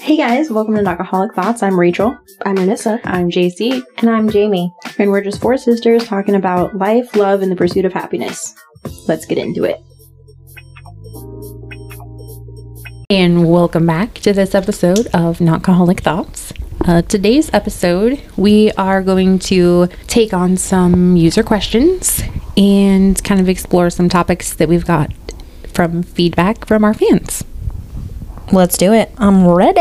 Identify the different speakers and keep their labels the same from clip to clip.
Speaker 1: Hey guys, welcome to Knockaholic Thoughts. I'm Rachel.
Speaker 2: I'm Anissa.
Speaker 3: I'm JC.
Speaker 4: And I'm Jamie.
Speaker 1: And we're just four sisters talking about life, love, and the pursuit of happiness. Let's get into it.
Speaker 3: And welcome back to this episode of Knockaholic Thoughts. Uh, today's episode, we are going to take on some user questions and kind of explore some topics that we've got from feedback from our fans.
Speaker 4: Let's do it. I'm ready.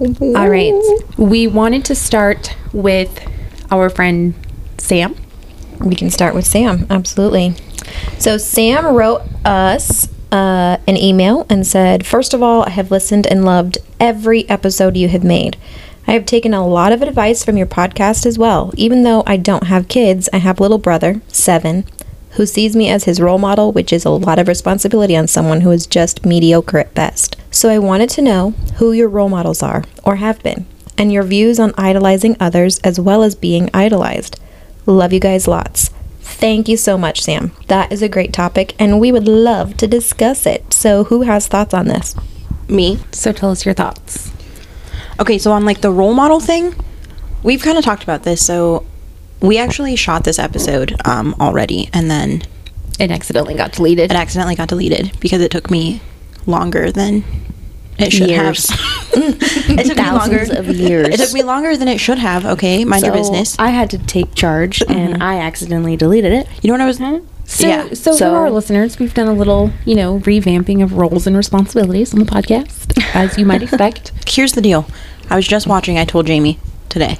Speaker 3: All right. We wanted to start with our friend Sam.
Speaker 4: We can start with Sam. Absolutely. So, Sam wrote us uh, an email and said, First of all, I have listened and loved every episode you have made. I have taken a lot of advice from your podcast as well. Even though I don't have kids, I have little brother, seven, who sees me as his role model, which is a lot of responsibility on someone who is just mediocre at best. So I wanted to know who your role models are, or have been, and your views on idolizing others as well as being idolized. Love you guys lots. Thank you so much, Sam. That is a great topic, and we would love to discuss it. So, who has thoughts on this?
Speaker 2: Me.
Speaker 3: So tell us your thoughts.
Speaker 2: Okay, so on like the role model thing, we've kind of talked about this. So we actually shot this episode um, already, and then
Speaker 3: It accidentally got deleted.
Speaker 2: it accidentally got deleted because it took me longer than it should
Speaker 3: Years.
Speaker 2: have. it took me longer.
Speaker 4: years.
Speaker 2: It took me longer than it should have. Okay, mind your business. Mm-hmm.
Speaker 5: I had to take charge and I accidentally deleted it. Mm-hmm.
Speaker 2: you know what I was?
Speaker 3: So,
Speaker 2: yeah.
Speaker 3: so,
Speaker 5: so-
Speaker 3: for our listeners, we've done a little, you know, revamping of roles and responsibilities on the podcast, as you might expect.
Speaker 2: Here's the deal. I was just watching. I told Jamie today.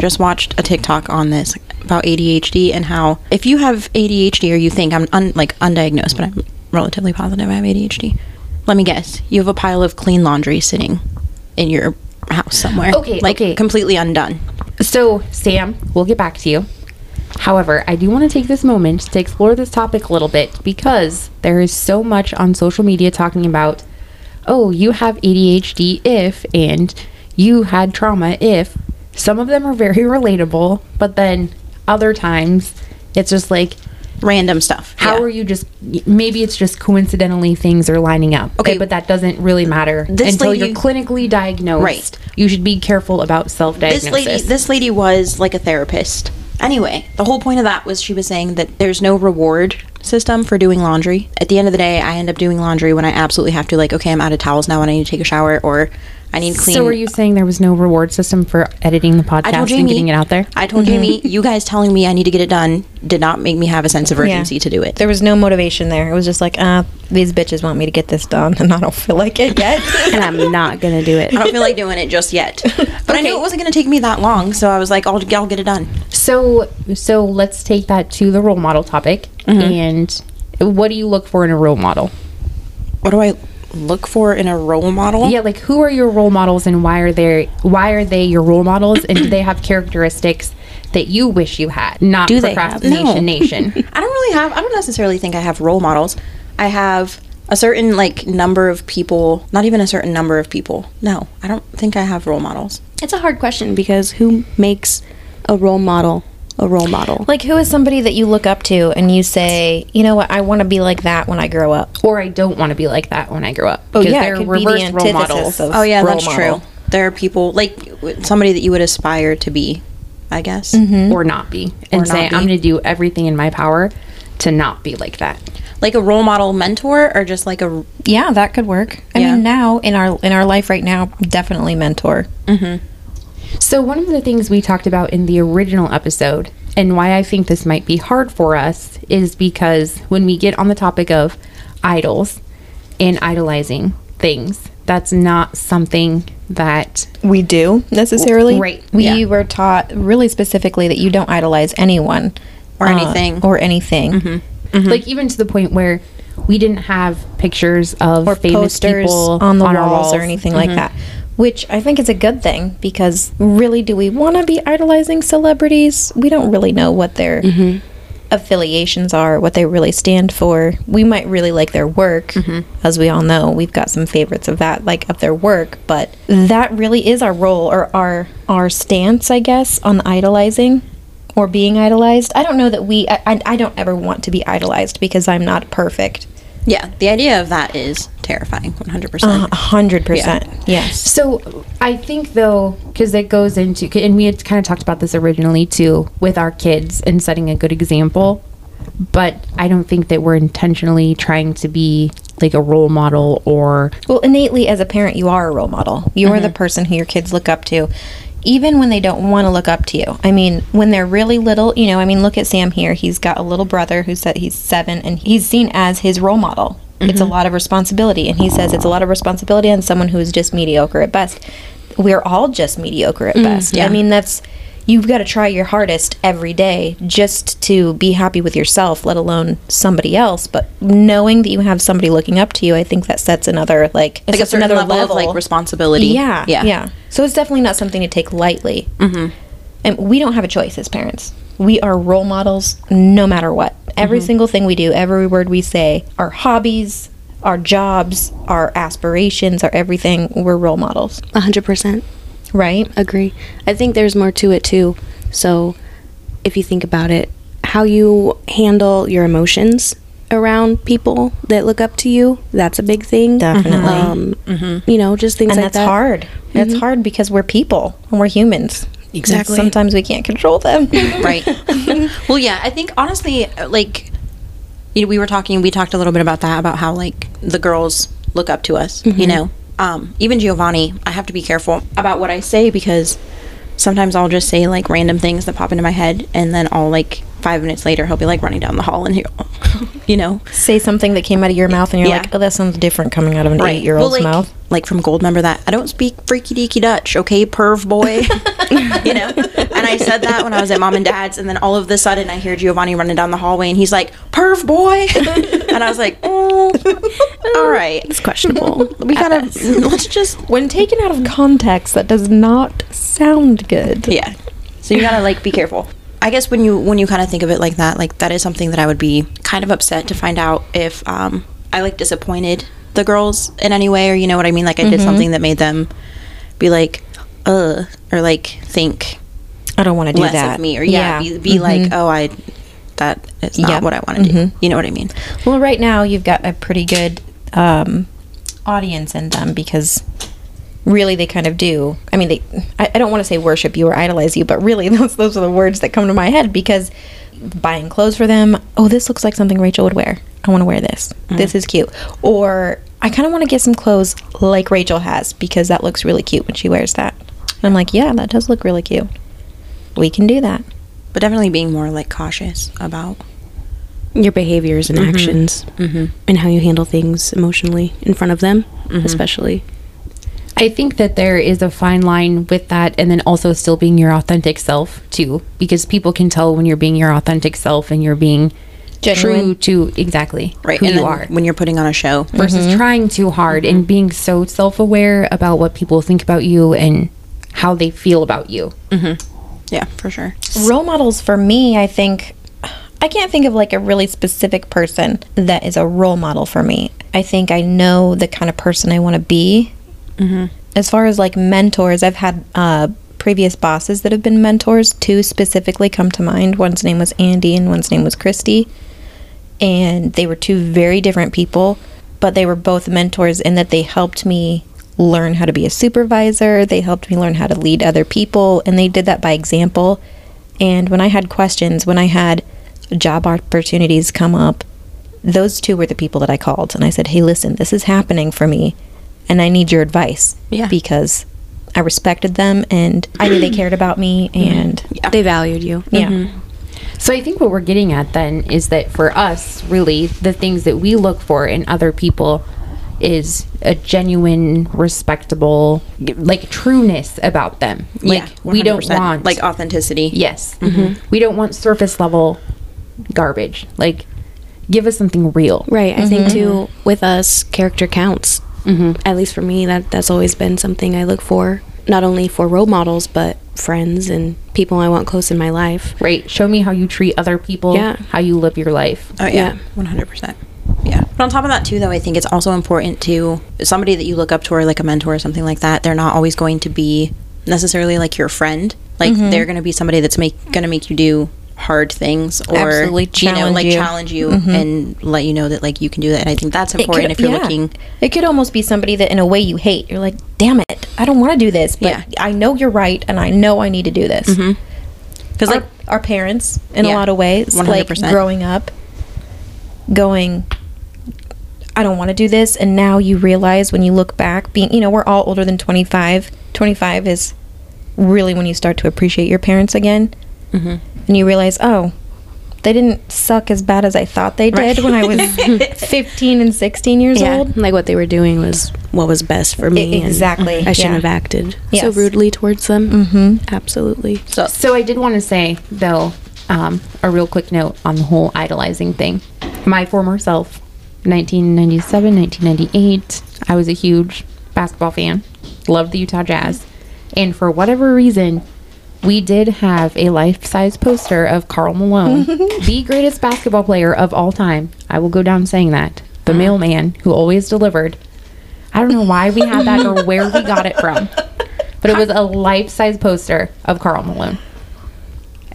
Speaker 2: Just watched a TikTok on this about ADHD and how if you have ADHD or you think I'm un, like undiagnosed, but I'm relatively positive I have ADHD. Let me guess. You have a pile of clean laundry sitting in your house somewhere.
Speaker 3: Okay,
Speaker 2: Like
Speaker 3: okay.
Speaker 2: completely undone.
Speaker 3: So, Sam, we'll get back to you. However, I do want to take this moment to explore this topic a little bit because there is so much on social media talking about, oh, you have ADHD if, and you had trauma if. Some of them are very relatable, but then other times it's just like,
Speaker 2: Random stuff.
Speaker 3: how
Speaker 2: Yeah.
Speaker 3: are you just maybe it's just coincidentally things are lining up
Speaker 2: Okay.
Speaker 3: but that doesn't really matter
Speaker 2: This
Speaker 3: until
Speaker 2: lady-
Speaker 3: you're clinically diagnosed
Speaker 2: Right.
Speaker 3: you should be careful about
Speaker 2: this
Speaker 3: self-diagnosis
Speaker 2: lady this lady was like a therapist anyway the whole point of that was she was saying that there's no reward system for doing laundry at the end of the day i end up doing laundry when i absolutely have to like okay i'm out of towels now and i need to take a shower or i need clean
Speaker 3: so are you saying there was no reward system for editing the
Speaker 2: I told
Speaker 3: podcast
Speaker 2: Jamie,
Speaker 3: and getting it out there
Speaker 2: I told Jamie, you guys telling me I need to get it done did not make me have a sense of urgency to do it.
Speaker 4: There was no motivation there. It was just like, uh, these bitches want me to get this done, and I don't feel like it yet.
Speaker 5: And I'm not going to do it.
Speaker 2: I don't feel like doing it just yet. But I knew it wasn't going to take me that long, so I was like, I'll, I'll get it done.
Speaker 3: so so let's take that to the role model topic and what do you look for in a role model
Speaker 2: What do I look for in a role model?
Speaker 3: yeah like who are your role models and why are they why are they your role models and do they have characteristics that you wish you had not
Speaker 2: Do they have-
Speaker 3: procrastination
Speaker 2: No.
Speaker 3: nation
Speaker 2: I don't really have. I don't necessarily think I have role models. I have a certain like number of people. Not even a certain number of people. No, I don't think I have role models.
Speaker 5: It's a hard question because who makes a role model a role model?
Speaker 4: like, who is somebody that you look up to and you say, you know what, I want to be like that when I grow up?
Speaker 3: or I don't want to be like that when I grow up.
Speaker 4: Oh,
Speaker 3: Because
Speaker 4: yeah, it
Speaker 3: they're
Speaker 4: could be the
Speaker 3: reverse role
Speaker 4: antithesis
Speaker 3: models.
Speaker 4: of-
Speaker 2: Oh yeah,
Speaker 4: Role
Speaker 2: that's
Speaker 4: model.
Speaker 2: true. There are people like w- somebody that you would aspire to be. I guess.
Speaker 4: Mm-hmm.
Speaker 3: or
Speaker 4: hmm.
Speaker 3: not be, and
Speaker 2: not
Speaker 3: say
Speaker 2: be.
Speaker 3: I'm going to do everything in my power to not be like that.
Speaker 2: Like a role model mentor, or just like a
Speaker 4: Yeah, that could work. I
Speaker 2: Yeah.
Speaker 4: mean, now in our in our life right now, definitely mentor.
Speaker 3: So one of the things we talked about in the original episode, and why I think this might be hard for us, is because when we get on the topic of idols and idolizing things, that's not something that
Speaker 4: We do necessarily.
Speaker 3: Right,
Speaker 4: We
Speaker 2: yeah.
Speaker 4: were taught really specifically that you don't idolize anyone
Speaker 2: Or
Speaker 4: uh,
Speaker 2: anything. Mm-hmm.
Speaker 4: or anything. Mm-hmm.
Speaker 3: like even to the point where we didn't have pictures of
Speaker 4: or
Speaker 3: famous
Speaker 4: posters
Speaker 3: people
Speaker 4: on the
Speaker 3: our
Speaker 4: walls, or anything like that. Which I think is a good thing because really, do we want to be idolizing celebrities? We don't really know what their affiliations are, what they really stand for. We might really like their work, as we all know. We've got some favorites of that, like of their work, but that really is our role or our our stance, I guess, on idolizing or being idolized. I don't know that we. I, I, I don't ever want to be idolized because I'm not perfect.
Speaker 2: Yeah, the idea of that is terrifying, 100%.
Speaker 4: A Uh, hundred percent. Yes.
Speaker 3: So I think though, because it goes into, and we had kind of talked about this originally too, with our kids and setting a good example. But I don't think that we're intentionally trying to be like a role model or
Speaker 4: Well, innately as a parent, you are a role model. You are the person who your kids look up to, even when they don't want to look up to you. I mean, when they're really little, you know, I mean, look at Sam here. He's got a little brother who said he's seven and he's seen as his role model. It's a lot of responsibility. And he says it's a lot of responsibility on someone who is just mediocre at best. We're all just mediocre at best. I mean, that's. You've got to try your hardest every day just to be happy with yourself, let alone somebody else. But knowing that you have somebody looking up to you, I think that sets another like
Speaker 2: like a
Speaker 4: sets
Speaker 2: certain level, of like responsibility.
Speaker 4: yeah, yeah, yeah. So it's definitely not something to take lightly. Mm-hmm. And we don't have a choice as parents. We are role models, no matter what. Every
Speaker 2: Mm-hmm.
Speaker 4: single thing we do, every word we say, our hobbies, our jobs, our aspirations, our everything, we're role models,
Speaker 5: A hundred percent.
Speaker 4: right?
Speaker 5: Agree. I think there's more to it too. So, if you think about it, how you handle your emotions around people that look up to you—that's a big thing.
Speaker 4: Definitely. Mm-hmm.
Speaker 5: Um, You know, just things
Speaker 4: And
Speaker 5: like
Speaker 4: that's
Speaker 5: that.
Speaker 4: hard. That's hard because we're people and we're humans.
Speaker 2: Mm-hmm. Exactly.
Speaker 4: Sometimes we can't control them.
Speaker 2: right well yeah i think honestly uh, like you know, we were talking we talked a little bit about that about how like the girls look up to us you know um even giovanni i have to be careful about what i say because sometimes i'll just say like random things that pop into my head and then i'll like five minutes later he'll be like running down the hall and he'll you know
Speaker 4: Say something that came out of your mouth, and you're
Speaker 2: Yeah.
Speaker 4: like, "Oh, that sounds different coming out of an eight-year-old's
Speaker 2: like,
Speaker 4: mouth."
Speaker 2: Like from Gold, remember that? I don't speak freaky deaky Dutch, okay, perv boy. you know? And I said that when I was at mom and dad's, and then all of a sudden I hear Giovanni running down the hallway and he's like, perv boy. and I was like, oh, all right. It's questionable. We gotta, let's just,
Speaker 4: When taken out of context, that does not sound good.
Speaker 2: yeah. So you gotta like be careful. I guess when you when you kind of think of it like that, like that is something that I would be kind of upset to find out if um, I like disappointed the girls in any way, or you know what I mean. Like I
Speaker 3: Mm-hmm.
Speaker 2: did something that made them be like, uh, or like think
Speaker 4: I don't want to do
Speaker 2: less
Speaker 4: that. Mm-hmm.
Speaker 2: of me, or yeah, be, be
Speaker 3: Mm-hmm.
Speaker 2: like, oh, I that is not
Speaker 4: Yep.
Speaker 2: what I want to do. You know what I mean?
Speaker 4: Well, right now you've got a pretty good um, audience in them because really they kind of do. I mean, they. I, I don't want to say worship you or idolize you, but really those those are the words that come to my head because buying clothes for them. Oh, this looks like something Rachel would wear. I want to wear this. This is cute. Or I kind of want to get some clothes like Rachel has because that looks really cute when she wears that. And I'm like, yeah, that does look really cute. We can do that.
Speaker 2: But definitely being more like cautious about
Speaker 5: your behaviors
Speaker 4: Mm-hmm.
Speaker 5: and actions, and how you handle things emotionally in front of them,
Speaker 4: Mm-hmm.
Speaker 5: especially.
Speaker 3: I think that there is a fine line with that and then also still being your authentic self too because people can tell when you're being your authentic self and you're being
Speaker 4: Genuine.
Speaker 3: true to exactly
Speaker 2: right
Speaker 3: who
Speaker 2: and
Speaker 3: you
Speaker 2: then
Speaker 3: are
Speaker 2: when you're putting on a show.
Speaker 3: versus trying too hard and being so self-aware about what people think about you and how they feel about you. Mm-hmm.
Speaker 2: Yeah, for sure.
Speaker 4: role models for me i think i can't think of like a really specific person that is a role model for me i think i know the kind of person i want to be as far as like mentors i've had uh, previous bosses that have been mentors two specifically come to mind one's name was andy and one's name was christy and they were two very different people, but they were both mentors in that they helped me learn how to be a supervisor, they helped me learn how to lead other people, and they did that by example. And when I had questions, when I had job opportunities come up, those two were the people that I called and I said, "Hey, listen, this is happening for me and I need your advice."
Speaker 2: Yeah.
Speaker 4: Because I respected them and I knew they cared about me and
Speaker 5: They valued you.
Speaker 4: yeah.
Speaker 3: So I think what we're getting at then is that for us, really, the things that we look for in other people is a genuine, respectable, like trueness about them. Like
Speaker 2: yeah,
Speaker 3: we don't
Speaker 2: 100%.
Speaker 3: want
Speaker 2: like authenticity.
Speaker 3: Yes. We don't want surface level garbage. Like give us something real.
Speaker 5: Right. I think too with us, character counts. At least for me, that that's always been something I look for, not only for role models but friends and people I want close in my life.
Speaker 3: Right? Show me how you treat other people,
Speaker 5: Yeah.
Speaker 3: how you live your life.
Speaker 2: Oh yeah,
Speaker 5: Yeah.
Speaker 2: one hundred percent. Yeah. But on top of that too, though, I think it's also important to somebody that you look up to or like a mentor or something like that. They're not always
Speaker 4: Mm-hmm.
Speaker 2: going to be necessarily like your friend. Like they're going to be somebody that's make going to make you do hard things or
Speaker 4: Absolutely
Speaker 2: you know
Speaker 4: challenge
Speaker 2: like
Speaker 4: you. Mm-hmm.
Speaker 2: challenge you and let you know that like you can do that and i think that's
Speaker 4: It
Speaker 2: important
Speaker 4: could-
Speaker 2: if you're
Speaker 4: yeah.
Speaker 2: looking
Speaker 4: It could almost be somebody that, in a way, you hate. You're like, damn it, I don't want to do this, but
Speaker 2: Yeah.
Speaker 4: I know you're right, and I know I need to do this.
Speaker 2: because
Speaker 4: Our-
Speaker 2: Mm-hmm. like
Speaker 4: our, parents, in a
Speaker 2: Yeah.
Speaker 4: lot of ways, like
Speaker 2: 100%.
Speaker 4: growing up, going, I don't want to do this, and now you realize when you look back, being you know, we're all older than 25. 25 is really when you start to appreciate your parents again, and you realize, oh. They didn't suck as bad as I thought they did when I was 15 and 16 years
Speaker 5: yeah, E-,
Speaker 4: old.
Speaker 5: like what they were doing was what was best for me. and
Speaker 4: exactly,
Speaker 5: I shouldn't
Speaker 4: yeah.
Speaker 5: have acted so
Speaker 4: Yes.
Speaker 5: rudely towards them. Mm-hmm. Absolutely.
Speaker 2: so
Speaker 3: So I did want to say though, um, a real quick note on the whole idolizing thing. My former self, 1997, 1998, I was a huge basketball fan. Loved the Utah Jazz, and for whatever reason, we did have a life-size poster of Carl Malone, the greatest basketball player of all time. I will go down saying that. The mailman who always delivered. I don't know why we had that or where we got it from. But it was a life-size poster of Carl Malone.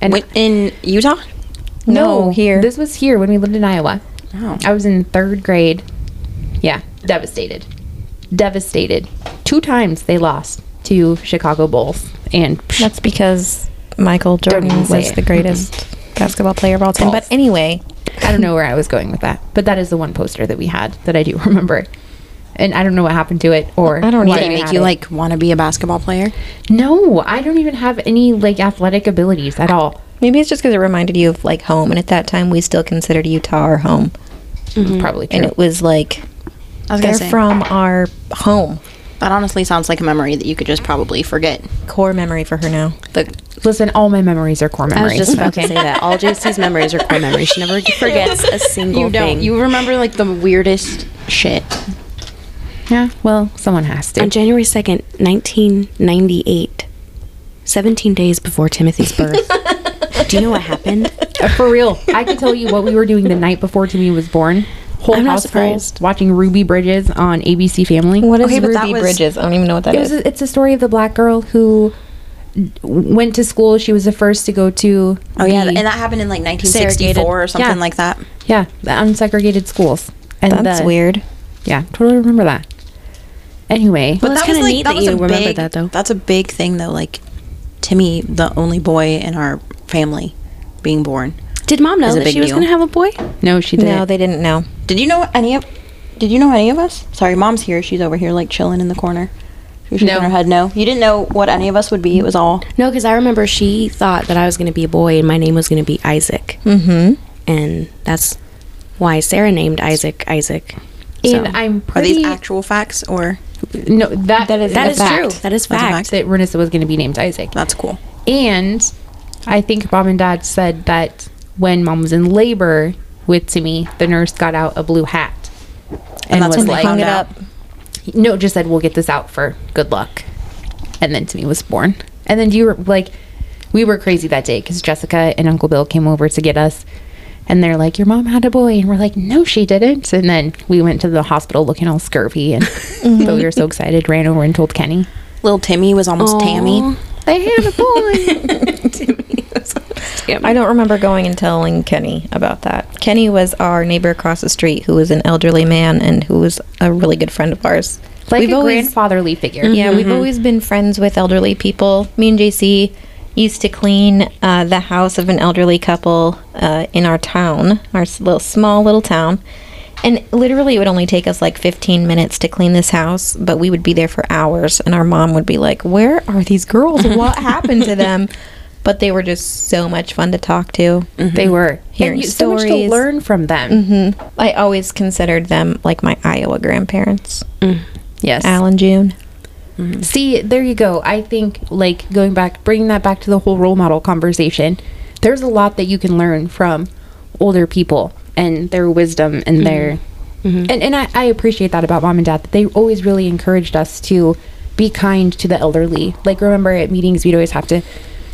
Speaker 3: And
Speaker 2: when- in utah
Speaker 4: No, here.
Speaker 3: This was here when we lived in Iowa.
Speaker 2: Oh.
Speaker 3: I was in third grade. Yeah, devastated. Devastated. Two times they lost to Chicago Bulls. And
Speaker 4: That's because Michael Jordan
Speaker 3: even say
Speaker 4: was
Speaker 3: it.
Speaker 4: the greatest basketball player of all time. But anyway,
Speaker 3: I don't know where I was going with that. But that is the one poster that we had that I do remember. And I don't know what happened to it or
Speaker 4: I don't
Speaker 3: why
Speaker 4: either.
Speaker 2: did it
Speaker 3: we
Speaker 2: make
Speaker 3: had
Speaker 2: you
Speaker 3: it.
Speaker 2: like want to be a basketball player
Speaker 3: No, I don't even have any like athletic abilities at all.
Speaker 4: maybe it's just because it reminded you of like home. And at that time, we still considered Utah our home.
Speaker 3: Probably
Speaker 4: And
Speaker 3: true.
Speaker 4: it was like,
Speaker 2: i was
Speaker 4: they're
Speaker 2: gonna say
Speaker 4: from our home.
Speaker 2: that honestly sounds like a memory that you could just probably forget
Speaker 4: Core memory for her now.
Speaker 2: the
Speaker 3: Listen, all my memories are core
Speaker 5: I was
Speaker 3: memories.
Speaker 5: just about to say that. All JC's memories are core memories. She never forgets a single
Speaker 2: you don't
Speaker 5: thing.
Speaker 2: you remember like the weirdest shit
Speaker 3: yeah, well, someone has to.
Speaker 5: On January 2nd, 1998, 17 days before Timothy's birth, do you know what happened?
Speaker 3: Uh, For real, I could tell you what we were doing the night before Timmy was born. Whole
Speaker 5: I'm not
Speaker 3: house full,
Speaker 5: surprised.
Speaker 3: watching Ruby Bridges on ABC Family.
Speaker 4: What is
Speaker 2: Okay, but
Speaker 4: Ruby
Speaker 2: that was-
Speaker 4: Bridges? I don't even know what that
Speaker 3: It was
Speaker 4: is.
Speaker 3: a, it's a story of the black girl who d- went to school. She was the first to go to.
Speaker 2: oh yeah
Speaker 3: the-
Speaker 2: and that happened in like
Speaker 5: Segregated.
Speaker 2: 1964 or something
Speaker 3: Yeah.
Speaker 2: like that
Speaker 3: yeah, the unsegregated schools. And
Speaker 4: That's
Speaker 3: the-
Speaker 4: weird.
Speaker 3: Yeah, totally remember that. Anyway,
Speaker 5: Well, it's
Speaker 2: was,
Speaker 5: kinda neat that
Speaker 2: was
Speaker 5: you
Speaker 2: a
Speaker 5: remember
Speaker 2: big-
Speaker 5: that, though.
Speaker 2: That's a big thing though. Like Timmy, the only boy in our family, being born.
Speaker 5: Did mom know
Speaker 2: It's a
Speaker 5: that
Speaker 2: big
Speaker 5: Oh, she was
Speaker 2: deal.
Speaker 5: going to have a boy?
Speaker 3: no, she didn't.
Speaker 4: No, they didn't know.
Speaker 2: Did you know any of? Did you know any of us? Sorry, mom's here. She's over here like chilling in the corner. She's shaking
Speaker 3: No.
Speaker 2: her head. No, you didn't know what any of us would be. It was all
Speaker 5: No, because I remember she thought that I was going to be a boy and my name was going to be Isaac.
Speaker 4: Mm hmm.
Speaker 5: And that's why Sarah named Isaac Isaac.
Speaker 3: and
Speaker 5: So-
Speaker 3: I'm
Speaker 2: are
Speaker 3: pretty.
Speaker 2: these actual facts or
Speaker 3: no, that that is
Speaker 5: that is
Speaker 3: fact,
Speaker 5: true. That is
Speaker 2: That's a
Speaker 5: fact.
Speaker 3: That Renessa was going to be named Isaac.
Speaker 2: that's cool.
Speaker 3: And I think mom and dad said that when mom was in labor with Timmy, the nurse got out a blue hat and,
Speaker 2: that's
Speaker 3: was
Speaker 2: when they
Speaker 3: like,
Speaker 2: found
Speaker 4: Hung it
Speaker 2: out.
Speaker 4: up.
Speaker 3: "No, just said we'll get this out for good luck." And then Timmy was born. And then you were like, we were crazy that day because Jessica and Uncle Bill came over to get us. And they're like, your mom had a boy. And we're like, no, she didn't. And then we went to the hospital looking all scurvy. And but we were so excited, ran over and told Kenny.
Speaker 2: Little Timmy was almost Tammy.
Speaker 3: They had a boy.
Speaker 4: I don't remember going and telling Kenny about that. Kenny was our neighbor across the street who was an elderly man and who was a really good friend of ours.
Speaker 3: like
Speaker 4: We've
Speaker 3: a
Speaker 4: always-
Speaker 3: grandfatherly figure.
Speaker 4: Yeah, we've always been friends with elderly people. Me and JC used to clean uh, the house of an elderly couple uh, in our town, our s- little small little town. And literally, it would only take us like 15 minutes to clean this house, but we would be there for hours. And our mom would be like, Where are these girls? What happened to them? But they were just so much fun to talk to.
Speaker 3: They were
Speaker 4: Hearing
Speaker 3: and you, so much to
Speaker 4: stories.
Speaker 3: learn from them.
Speaker 4: Mm-hmm. I always considered them like my Iowa grandparents,
Speaker 3: Yes.
Speaker 4: Alan June.
Speaker 3: See, there you go. I think like going back, bringing that back to the whole role model conversation. There's a lot that you can learn from older people and their wisdom and their and and I, I appreciate that about mom and dad that they always really encouraged us to be kind to the elderly. Like remember at meetings we'd always have to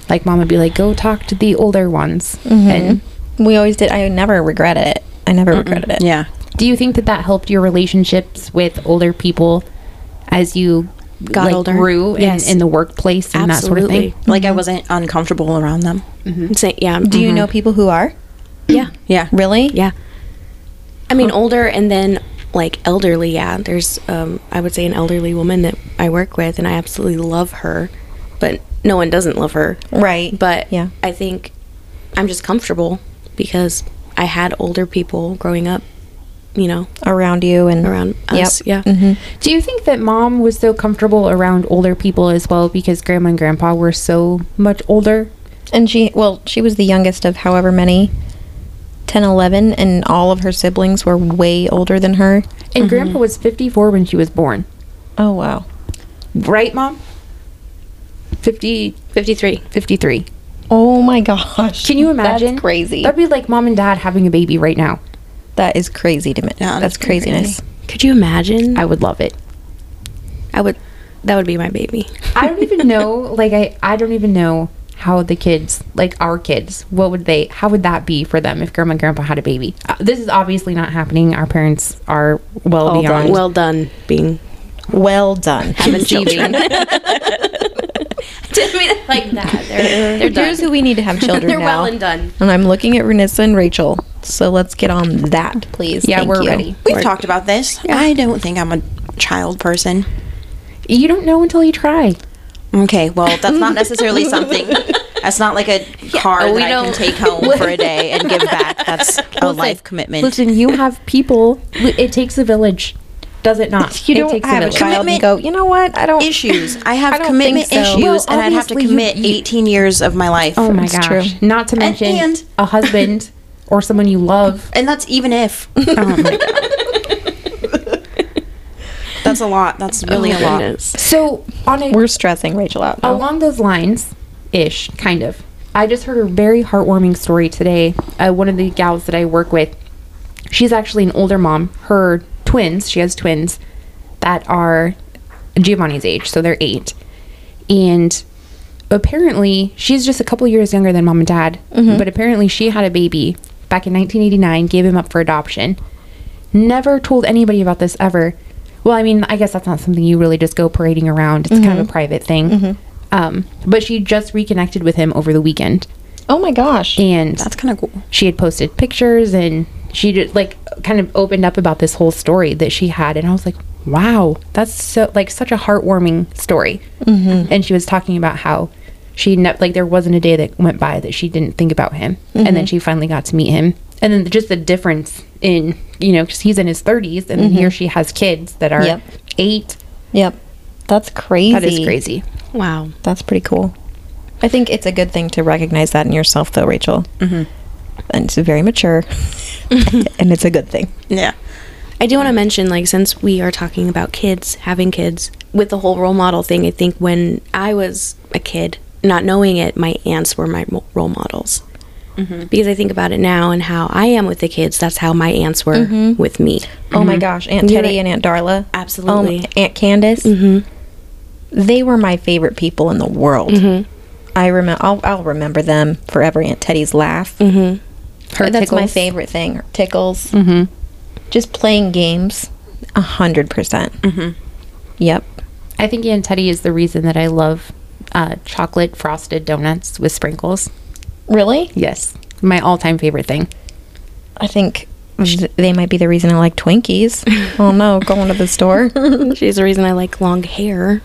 Speaker 3: like mom would be like go talk to the older ones and
Speaker 4: We always did. I never regretted it. I never regretted it.
Speaker 2: Yeah,
Speaker 3: Do you think that that helped your relationships with older people as you
Speaker 5: Got
Speaker 3: like,
Speaker 5: older.
Speaker 3: grew in,
Speaker 5: Yes.
Speaker 3: in the workplace and that sort of thing.
Speaker 2: Like I wasn't uncomfortable around them.
Speaker 5: Say- yeah.
Speaker 4: Do you know people who are?
Speaker 5: Yeah.
Speaker 2: Yeah.
Speaker 4: Really?
Speaker 5: Yeah. I mean, older and then like elderly. Yeah. There's, um, I would say, an elderly woman that I work with, and I absolutely love her, but no one doesn't love her.
Speaker 4: Right.
Speaker 5: But
Speaker 4: Yeah.
Speaker 5: I think I'm just comfortable because I had older people growing up, you know,
Speaker 4: Around you and
Speaker 5: around
Speaker 4: Yep. Mm-hmm.
Speaker 5: us. Yeah.
Speaker 3: Do you think that mom was so comfortable around older people as well because grandma and grandpa were so much older?
Speaker 4: And she, well, she was the youngest of however many, 10, 11, and all of her siblings were way older than her.
Speaker 3: And
Speaker 5: Mm-hmm.
Speaker 3: grandpa was 54 when she was born.
Speaker 4: Oh, wow.
Speaker 3: Right, mom? 50,
Speaker 5: 53.
Speaker 3: 53.
Speaker 4: Oh my gosh.
Speaker 3: Can you imagine?
Speaker 4: That's crazy.
Speaker 3: That'd be like mom and dad having a baby right now.
Speaker 4: That is crazy to me.
Speaker 2: Yeah,
Speaker 4: that's
Speaker 2: that's pretty
Speaker 4: craziness.
Speaker 5: Could you imagine?
Speaker 3: I would love it.
Speaker 5: I would. That would be my baby.
Speaker 3: I don't even know. Like I, I don't even know how the kids, like our kids, what would they? How would that be for them if grandma and grandpa had a baby? Uh, this is obviously not happening. Our parents are well beyond.
Speaker 5: Well done, being
Speaker 4: Well done.
Speaker 5: having children.
Speaker 4: Here's who we need to have children
Speaker 5: They're
Speaker 4: now.
Speaker 5: well and done.
Speaker 4: And I'm looking at Renissa and Rachel. So let's get on that, please.
Speaker 3: yeah,
Speaker 4: Thank
Speaker 3: we're
Speaker 4: you.
Speaker 3: ready.
Speaker 2: We've talked about this. I don't think I'm a child person.
Speaker 3: You don't know until you try.
Speaker 2: Okay, well, that's not necessarily something. That's not like a car that I can take home for a day and give back. That's a life commitment.
Speaker 3: Listen, you have people. It takes a village, does it not?
Speaker 4: You
Speaker 3: it
Speaker 4: don't
Speaker 3: takes
Speaker 4: have a child and go, you know what? I don't.
Speaker 2: Issues. I have
Speaker 4: I don't
Speaker 2: commitment
Speaker 4: think so.
Speaker 2: issues,
Speaker 3: Well,
Speaker 2: and I'd have to
Speaker 3: obviously you-
Speaker 2: commit 18 years of my life.
Speaker 3: Oh my
Speaker 4: It's
Speaker 3: gosh!
Speaker 4: true.
Speaker 3: Not to mention
Speaker 2: and-
Speaker 3: a husband or someone you love.
Speaker 2: And that's even if. Oh my god. that's a lot. That's
Speaker 3: Oh,
Speaker 2: really a lot.
Speaker 3: So on a
Speaker 4: We're stressing Rachel out. now.
Speaker 3: along those lines ish kind of i just heard a very heartwarming story today uh, one of the gals that i work with she's actually an older mom her twins she has twins that are giovanni's age so they're eight and apparently she's just a couple years younger than mom and dad but apparently she had a baby back in 1989 gave him up for adoption never told anybody about this ever well i mean i guess that's not something you really just go parading around it's kind
Speaker 4: Mm-hmm.
Speaker 3: of a private thing um, but she just reconnected with him over the weekend
Speaker 4: Oh my gosh.
Speaker 3: and
Speaker 2: That's kind of cool.
Speaker 3: she had posted pictures and she did like kind of opened up about this whole story that she had and i was like wow that's so like such a heartwarming story
Speaker 4: Mm-hmm.
Speaker 3: and she was talking about how she ne- like there wasn't a day that went by that she didn't think about him and
Speaker 4: Mm-hmm.
Speaker 3: then she finally got to meet him and then just the difference in you know because he's in his 30s and then here she has kids that are
Speaker 4: Mm-hmm. Yep.
Speaker 3: eight
Speaker 4: Yep. That's crazy.
Speaker 3: that is crazy
Speaker 5: Wow.
Speaker 4: That's pretty cool. I think it's a good thing to recognize that in yourself, though, Rachel. Mm-hmm. And it's very mature, and it's a good thing.
Speaker 2: Yeah.
Speaker 5: I do want to mention, like, since we are talking about kids having kids with the whole role model thing, I think when I was a kid, not knowing it, my aunts were my mo- role models.
Speaker 3: Mm-hmm.
Speaker 5: Because I think about it now and how I am with the kids, that's how my aunts were
Speaker 3: Mm-hmm.
Speaker 5: with me.
Speaker 4: Oh my gosh, Aunt
Speaker 5: You're
Speaker 4: Teddy
Speaker 5: right.
Speaker 4: and Aunt Darla, Um,
Speaker 5: Absolutely.
Speaker 4: Aunt Candace.
Speaker 5: Mm-hmm.
Speaker 4: They were my favorite people in the world. I remember. I'll, I'll remember them forever. Aunt Teddy's laugh. Mm-hmm.
Speaker 3: Her
Speaker 4: That's my
Speaker 3: tickles.
Speaker 4: favorite thing. Her tickles. Mm-hmm. Just playing games. Mm-hmm. A hundred percent. Yep.
Speaker 3: I think Aunt Teddy is the reason that I love uh, chocolate frosted donuts with sprinkles.
Speaker 4: Really?
Speaker 3: Yes, my all-time favorite thing.
Speaker 4: I think th- they might be the reason I like Twinkies. oh no, going to the store.
Speaker 5: She's the reason I like long hair,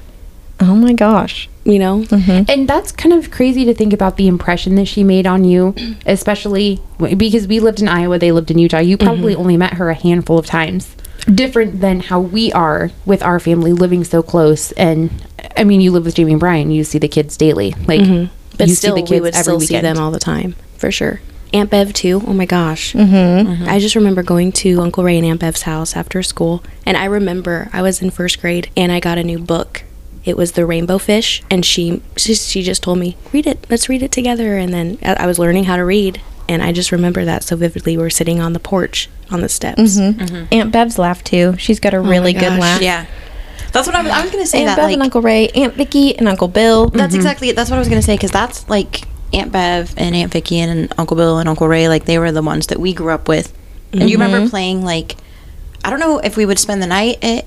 Speaker 4: Oh my gosh.
Speaker 5: you know?
Speaker 3: And that's kind of crazy to think about the impression that she made on you, especially w- because we lived in Iowa, they lived in Utah. You probably
Speaker 5: Mm-hmm.
Speaker 3: only met her a handful of times. Different than how we are with our family living so close. And I mean, you live with Jamie and Brian, you see the kids daily. Like,
Speaker 5: Mm-hmm.
Speaker 2: Mm-hmm.
Speaker 5: But
Speaker 3: you
Speaker 5: still, we would still see them all the time, for sure. Aunt Bev, too. Oh my gosh. Mm-hmm. I just remember going to Uncle Ray and Aunt Bev's house after school. And I remember I was in first grade and I got a new book. It was The Rainbow Fish. And she, she, she just told me, read it. Let's read it together. And then I I was learning how to read. And I just remember that so vividly. We were sitting on the porch on the steps.
Speaker 2: Mm-hmm.
Speaker 4: Aunt Bev's laugh too. She's got a really good
Speaker 5: gosh,
Speaker 4: laugh.
Speaker 2: Oh Yeah. That's what I was, I was going to say.
Speaker 4: Aunt
Speaker 2: that, like,
Speaker 4: Bev
Speaker 2: Mm-hmm.
Speaker 4: and Uncle Ray, Aunt Vicky and Uncle Bill.
Speaker 2: That's exactly that's what I was gonna say because that's like Aunt Bev and Aunt Vicky and Uncle Bill and Uncle Ray. Like they were the ones that we grew up with. And you
Speaker 4: Mm-hmm.
Speaker 2: remember playing like I don't know if we would spend the night at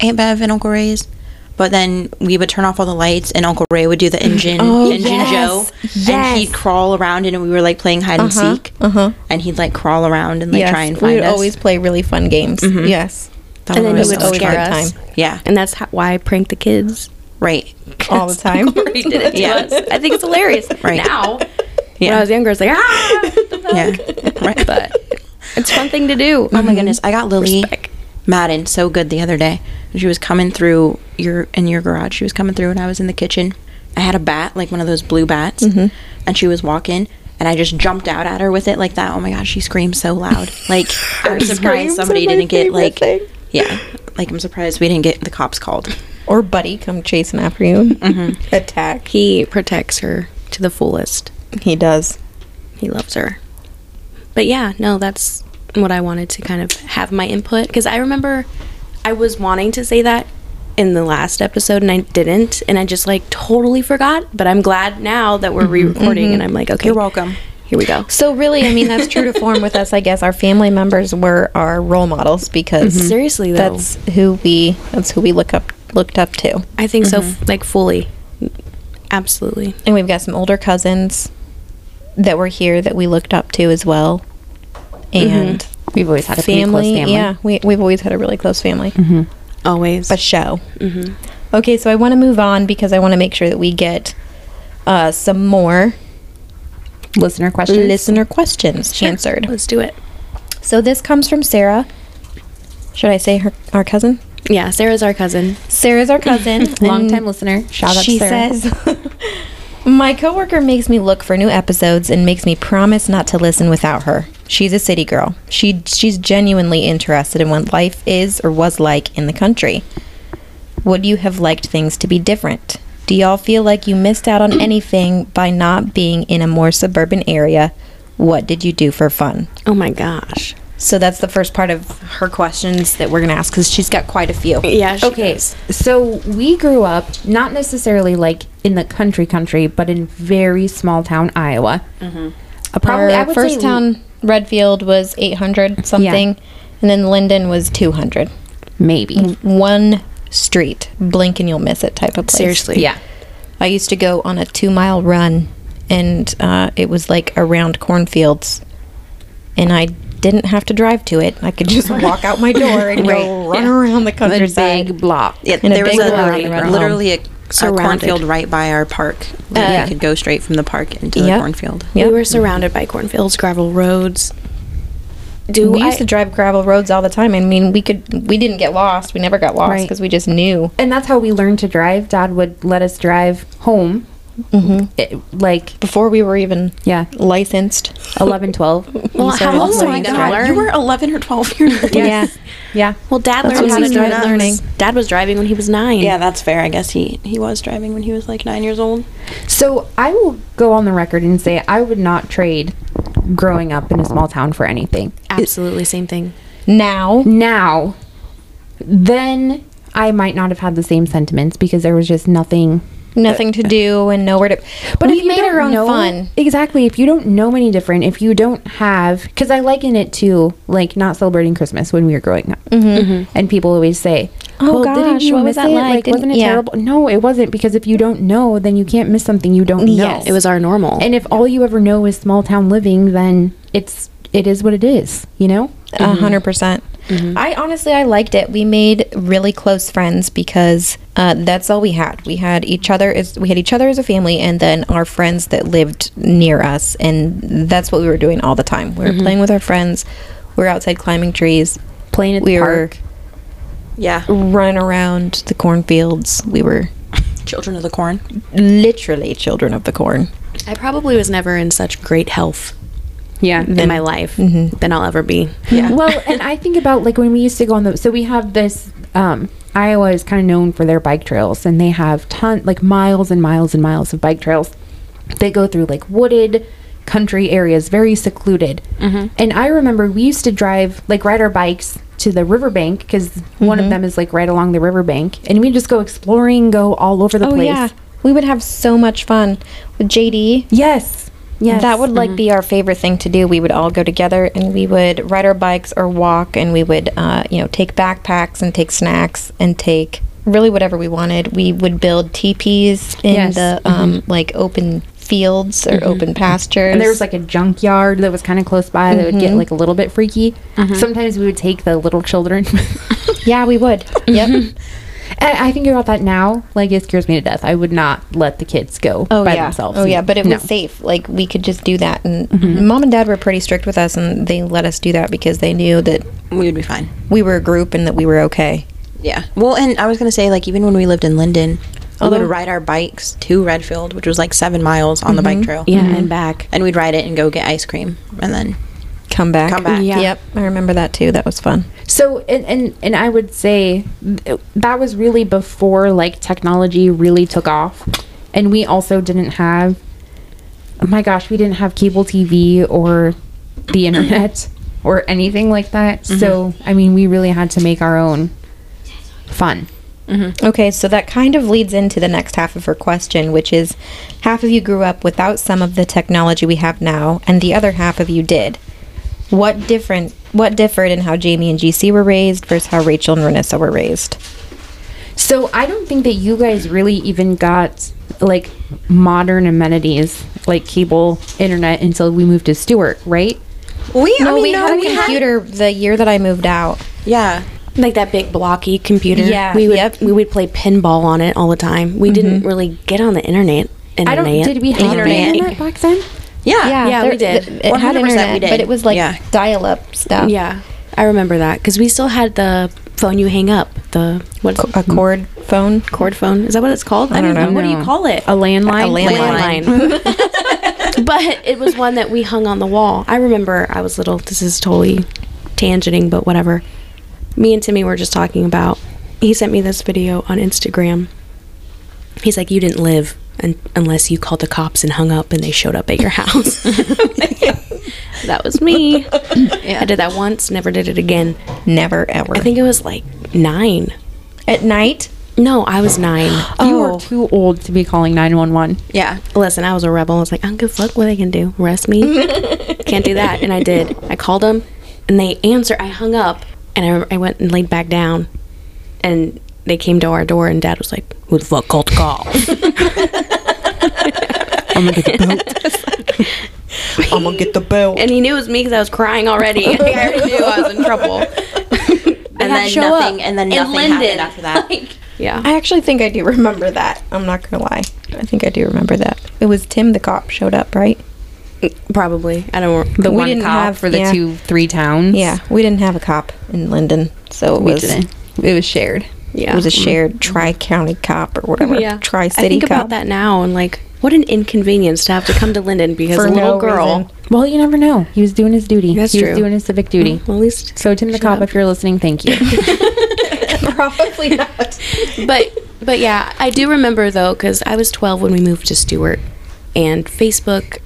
Speaker 2: Aunt Bev and Uncle Ray's, But then we would turn off all the lights, and Uncle Ray would do the engine,
Speaker 4: Oh,
Speaker 2: engine
Speaker 4: yes.
Speaker 2: Joe,
Speaker 4: Yes.
Speaker 2: and he'd crawl around, and we were like playing hide
Speaker 4: Uh-huh,
Speaker 2: and seek,
Speaker 4: uh-huh.
Speaker 2: and he'd like crawl around and like
Speaker 4: yes,
Speaker 2: try and
Speaker 4: we
Speaker 2: find
Speaker 4: would
Speaker 2: us. Mm-hmm.
Speaker 4: always play really fun games. Yes,
Speaker 2: That
Speaker 5: And then
Speaker 2: was
Speaker 5: he would
Speaker 2: always
Speaker 5: scare
Speaker 2: fun.
Speaker 5: us.
Speaker 2: Yeah,
Speaker 5: And that's how, why I prank the kids.
Speaker 2: right.
Speaker 4: all the time.
Speaker 5: He did it to
Speaker 2: Yeah.
Speaker 5: us. I think it's hilarious.
Speaker 2: Right.
Speaker 5: Now, when I
Speaker 2: Yeah,
Speaker 5: was younger, I was like, ah,
Speaker 2: yeah, right.
Speaker 5: but it's a fun thing to do.
Speaker 2: Oh
Speaker 4: Mm-hmm.
Speaker 2: my goodness, I got Lily
Speaker 5: Respect.
Speaker 2: Madden so good the other day. She was coming through your in your garage. She was coming through, and I was in the kitchen. I had a bat, like one of those blue bats,
Speaker 4: Mm-hmm.
Speaker 2: and she was walking, and I just jumped out at her with it like that. Oh my gosh, she screamed so loud! Like I'm surprised somebody didn't get like yeah, like I'm surprised we didn't get the cops called.
Speaker 4: or Buddy come chasing after you.
Speaker 2: Mm-hmm.
Speaker 4: Attack.
Speaker 5: He protects her to the fullest.
Speaker 4: He does.
Speaker 5: He loves her. But yeah, no, that's what I wanted to kind of have my input because I remember I was wanting to say that in the last episode and I didn't, and I just like totally forgot. But I'm glad now that
Speaker 4: Mm-hmm.
Speaker 5: we're re-recording, and I'm like, okay,
Speaker 2: You're welcome.
Speaker 5: Here we go.
Speaker 4: So really, I mean, that's true to form with us. I guess our family members were our role models because
Speaker 2: Mm-hmm.
Speaker 5: Seriously, though,
Speaker 4: that's who we that's who we look up looked up to.
Speaker 5: I think so.
Speaker 4: Mm-hmm.
Speaker 5: f- Like fully, absolutely.
Speaker 4: And we've got some older cousins that were here that we looked up to as well. And
Speaker 3: We've always Mm-hmm. had a pretty close
Speaker 4: family,
Speaker 3: family. Mm-hmm.
Speaker 4: yeah, we we've always had a really close family.
Speaker 5: Always.
Speaker 4: A show. Okay, so I want to move on because I want to make sure that we get uh, some more
Speaker 3: Listener questions.
Speaker 4: listener questions answered.
Speaker 5: Let's do it.
Speaker 4: So this comes from Sarah. Should I say her our cousin?
Speaker 5: Yeah, Sarah's our cousin.
Speaker 4: Sarah's our cousin.
Speaker 3: Long
Speaker 4: and
Speaker 3: time listener. Shout out
Speaker 4: She
Speaker 3: to Sarah.
Speaker 4: says, "My coworker makes me look for new episodes and makes me promise not to listen without her. She's a city girl. She she's genuinely interested in what life is or was like in the country. Would you have liked things to be different? Do y'all feel like you missed out on anything by not being in a more suburban area? What did you do for fun?"
Speaker 5: Oh my gosh.
Speaker 4: So that's the first part of her questions that we're gonna ask because she's got quite a few.
Speaker 5: Yeah. She
Speaker 3: okay,
Speaker 5: does.
Speaker 3: so we grew up not necessarily like in the country, country, but in very small town Iowa. Uh,
Speaker 4: Our
Speaker 3: I would
Speaker 4: first
Speaker 3: say-
Speaker 4: town, Redfield, was 800 something, and then Linden was 200.
Speaker 3: maybe.
Speaker 4: Mm, One street, blink and you'll miss it type of place.
Speaker 5: Seriously.
Speaker 3: Yeah,
Speaker 4: I used to go on a two mile run, and uh, it was like around cornfields, and I didn't have to drive to it. I could just walk out my door and go run around the
Speaker 3: a
Speaker 4: countryside.
Speaker 3: big block.
Speaker 2: Yeah,
Speaker 4: In a
Speaker 2: there was
Speaker 4: big lot
Speaker 2: a,
Speaker 4: around the
Speaker 2: literally a, a
Speaker 5: Surrounded.
Speaker 2: cornfield right by our park. Like,
Speaker 4: Yeah.
Speaker 2: You could go straight from the park into the
Speaker 4: Yep.
Speaker 2: cornfield.
Speaker 4: Yep.
Speaker 5: We were surrounded by cornfields, gravel roads. Do
Speaker 4: we
Speaker 5: I-
Speaker 4: used to drive gravel roads all the time. I mean, we could we didn't get lost. We never got lost
Speaker 3: Right.
Speaker 4: because we just knew.
Speaker 3: And that's how we learned to drive. Dad would let us drive home.
Speaker 4: Mm-hmm.
Speaker 3: It- like
Speaker 4: before we were even
Speaker 3: Yeah.
Speaker 4: licensed.
Speaker 3: 11, 12.
Speaker 5: Well, how old
Speaker 2: Oh
Speaker 5: were
Speaker 2: my
Speaker 5: you then?
Speaker 2: god, you were 11 or 12 years old.
Speaker 3: Yeah.
Speaker 5: Well, dad
Speaker 4: That's
Speaker 5: learned
Speaker 4: when
Speaker 5: how
Speaker 4: he
Speaker 5: to drive.
Speaker 4: started
Speaker 5: learning.
Speaker 4: learning.
Speaker 5: Dad was driving when he was nine.
Speaker 2: Yeah, that's fair. I guess he he was driving when he was like nine years old.
Speaker 3: So I will go on the record and say I would not trade growing up in a small town for anything.
Speaker 5: absolutely same thing.
Speaker 4: Now,
Speaker 3: Now, then I might not have had the same sentiments because there was just nothing.
Speaker 4: nothing to do and nowhere to. But
Speaker 3: if
Speaker 4: we
Speaker 3: you
Speaker 4: made
Speaker 3: don't
Speaker 4: our own
Speaker 3: know-
Speaker 4: fun.
Speaker 3: Exactly. If you don't know any different, if you don't have, because I liken it to like not celebrating Christmas when we were growing up,
Speaker 5: Mm-hmm.
Speaker 3: and people always say,
Speaker 4: Mm-hmm. Oh,
Speaker 3: "Well,
Speaker 4: gosh,
Speaker 3: you
Speaker 4: what was
Speaker 3: miss
Speaker 4: that
Speaker 3: it?
Speaker 4: like? Didn't-
Speaker 3: wasn't it
Speaker 4: yeah.
Speaker 3: terrible?" No, it wasn't because if you don't know, then you can't miss something you don't know.
Speaker 4: Yes.
Speaker 5: It was our normal.
Speaker 3: And if all you ever know is small town living, then it's it is what it is, you know?
Speaker 4: A hundred percent. I honestly, I liked it. We made really close friends because uh, that's all we had. We had each other as we had each other as a family, and then our friends that lived near us, and that's what we were doing all the time. We were playing with our friends. We were outside climbing trees,
Speaker 3: Playing at the
Speaker 4: we
Speaker 3: park.
Speaker 2: Yeah,
Speaker 4: were running around the cornfields. We were
Speaker 2: Children of the Corn.
Speaker 4: literally children of the corn.
Speaker 5: I probably was never in such great health
Speaker 3: Yeah.
Speaker 5: in my life than I'll ever be.
Speaker 3: Well, and I think about like when we used to go on the so we have this um Iowa is kind of known for their bike trails and they have ton like miles and miles and miles of bike trails. They go through like wooded country areas, very secluded.
Speaker 4: Mm-hmm.
Speaker 3: And I remember we used to drive like ride our bikes to the riverbank because one
Speaker 4: Mm-hmm.
Speaker 3: of them is like right along the riverbank and we just go exploring, go all over the
Speaker 4: Oh
Speaker 3: place.
Speaker 4: yeah, we would have so much fun with JD.
Speaker 3: Yes. Yes. Mm-hmm.
Speaker 4: That would like be our favorite thing to do. We would all go together and we would ride our bikes or walk, and we would, uh, you know, take backpacks and take snacks and take really whatever we wanted. We would build teepees in
Speaker 3: Yes. Mm-hmm.
Speaker 4: the um, like open fields or open pastures.
Speaker 3: And there was like a junkyard that was kind of close by that would
Speaker 4: Mm-hmm.
Speaker 3: get like a little bit freaky. Sometimes we would take the little children.
Speaker 4: yeah, we would. Yep.
Speaker 3: I, I think about that now. Like it scares me to death. I would not let the kids go
Speaker 4: Oh
Speaker 3: by
Speaker 4: yeah.
Speaker 3: themselves.
Speaker 4: Oh yeah, but it
Speaker 3: No. Mm-hmm.
Speaker 4: was safe. Like we could just do that, and mom and dad were pretty strict with us, and they let us do that because they knew that
Speaker 2: we would be fine.
Speaker 4: we were a group and that we were okay.
Speaker 2: Yeah. Well, and I was gonna say like even when we lived in Linden, we
Speaker 4: Although-
Speaker 2: would ride our bikes to Redfield, which was like seven miles on the bike trail.
Speaker 5: Yeah, and back.
Speaker 2: And we'd ride it and go get ice cream, and then
Speaker 4: Come back.
Speaker 2: Come back.
Speaker 5: Yeah.
Speaker 4: Yep, I remember that too. That was fun.
Speaker 3: So and, and and I would say th- that was really before like technology really took off, and we also didn't have. Oh my gosh, we didn't have cable TV or the internet or anything like that.
Speaker 5: Mm-hmm.
Speaker 3: So I mean, we really had to make our own fun.
Speaker 4: Okay, so that kind of leads into the next half of her question, which is half of you grew up without some of the technology we have now, and the other half of you did. What different what differed in how Jamie and GC were raised versus how Rachel and Renessa were raised?
Speaker 3: So I don't think that you guys really even got like modern amenities like cable, internet until we moved to Stewart, right?
Speaker 2: we
Speaker 4: No, we had a computer the year that I moved out.
Speaker 2: yeah.
Speaker 5: Like that big blocky computer.
Speaker 4: Yeah,
Speaker 5: We would
Speaker 4: yep.
Speaker 5: we would play pinball on it all the time. We didn't really get on the internet. internet.
Speaker 3: I don't. Did we have
Speaker 5: internet.
Speaker 3: internet, internet back then?
Speaker 2: Yeah.
Speaker 5: Yeah,
Speaker 4: there-
Speaker 5: we did.
Speaker 4: th- it had
Speaker 2: 100% we
Speaker 4: internet, but
Speaker 2: did.
Speaker 4: it was like
Speaker 2: Yeah.
Speaker 4: dial-up stuff.
Speaker 5: Yeah, I remember that because we still had the phone you hang up. The what's
Speaker 4: a cord phone.
Speaker 5: cord phone? Is that what it's called? I,
Speaker 4: don't
Speaker 5: don't know.
Speaker 4: know.
Speaker 5: What do you call it?
Speaker 3: A landline.
Speaker 4: landline.
Speaker 5: Landline. but it was one that we hung on the wall. I remember I was little. This is totally tangenting, but whatever. Me and Timmy were just talking about. He sent me this video on Instagram. He's like, "You didn't live un- unless you called the cops and hung up, and they showed up at your house." that was me. I did that once. Never did it again.
Speaker 4: Never ever.
Speaker 5: I think it was like nine.
Speaker 4: at night.
Speaker 5: No, I was nine.
Speaker 3: You were too old to be calling 911.
Speaker 2: Yeah.
Speaker 5: Listen, I was a rebel. I was like, I don't give a fuck what they can do. Arrest me. Can't do that. And I did. I called them and they answered. I hung up and I, remember I went and laid back down. And they came to our door and dad was like, Who the fuck called the call?
Speaker 3: I'm gonna get the boat.
Speaker 4: I'm gonna get the bell.
Speaker 5: and he knew it was me because I was crying already. I already knew I was in trouble.
Speaker 2: And
Speaker 5: had
Speaker 2: then
Speaker 5: show
Speaker 2: nothing.
Speaker 5: up
Speaker 2: And then
Speaker 5: in
Speaker 2: nothing
Speaker 5: Linden.
Speaker 2: happened after that.
Speaker 5: Yeah.
Speaker 4: I actually think I do remember that. I'm not gonna lie. I think I do remember that. It was Tim the cop showed up, right?
Speaker 5: Probably. I don't.
Speaker 3: The
Speaker 4: We
Speaker 3: one
Speaker 4: didn't
Speaker 3: cop
Speaker 4: have-
Speaker 3: for the
Speaker 4: yeah.
Speaker 3: two, three towns.
Speaker 4: Yeah, we didn't have a cop in Linden, so it
Speaker 3: we
Speaker 4: was Mm-hmm.
Speaker 3: didn't. It was shared.
Speaker 5: Yeah.
Speaker 4: it was a shared tri-county cop or whatever.
Speaker 5: yeah.
Speaker 4: Tri
Speaker 5: I
Speaker 4: city
Speaker 5: think
Speaker 4: cop.
Speaker 5: about that now and like, what an inconvenience to have to come to Linden because
Speaker 4: For
Speaker 5: a little
Speaker 4: no
Speaker 5: girl. Mm-hmm.
Speaker 4: reason.
Speaker 3: Well, you never know. He was doing his duty.
Speaker 5: That's
Speaker 3: he
Speaker 5: true. Mm-hmm.
Speaker 3: was doing his civic duty.
Speaker 5: Well, at least
Speaker 3: So Tim the cop, if you're listening, thank you.
Speaker 4: Probably not.
Speaker 5: but but yeah, I do remember though because I was 12 when we moved to Stewart, and Facebook,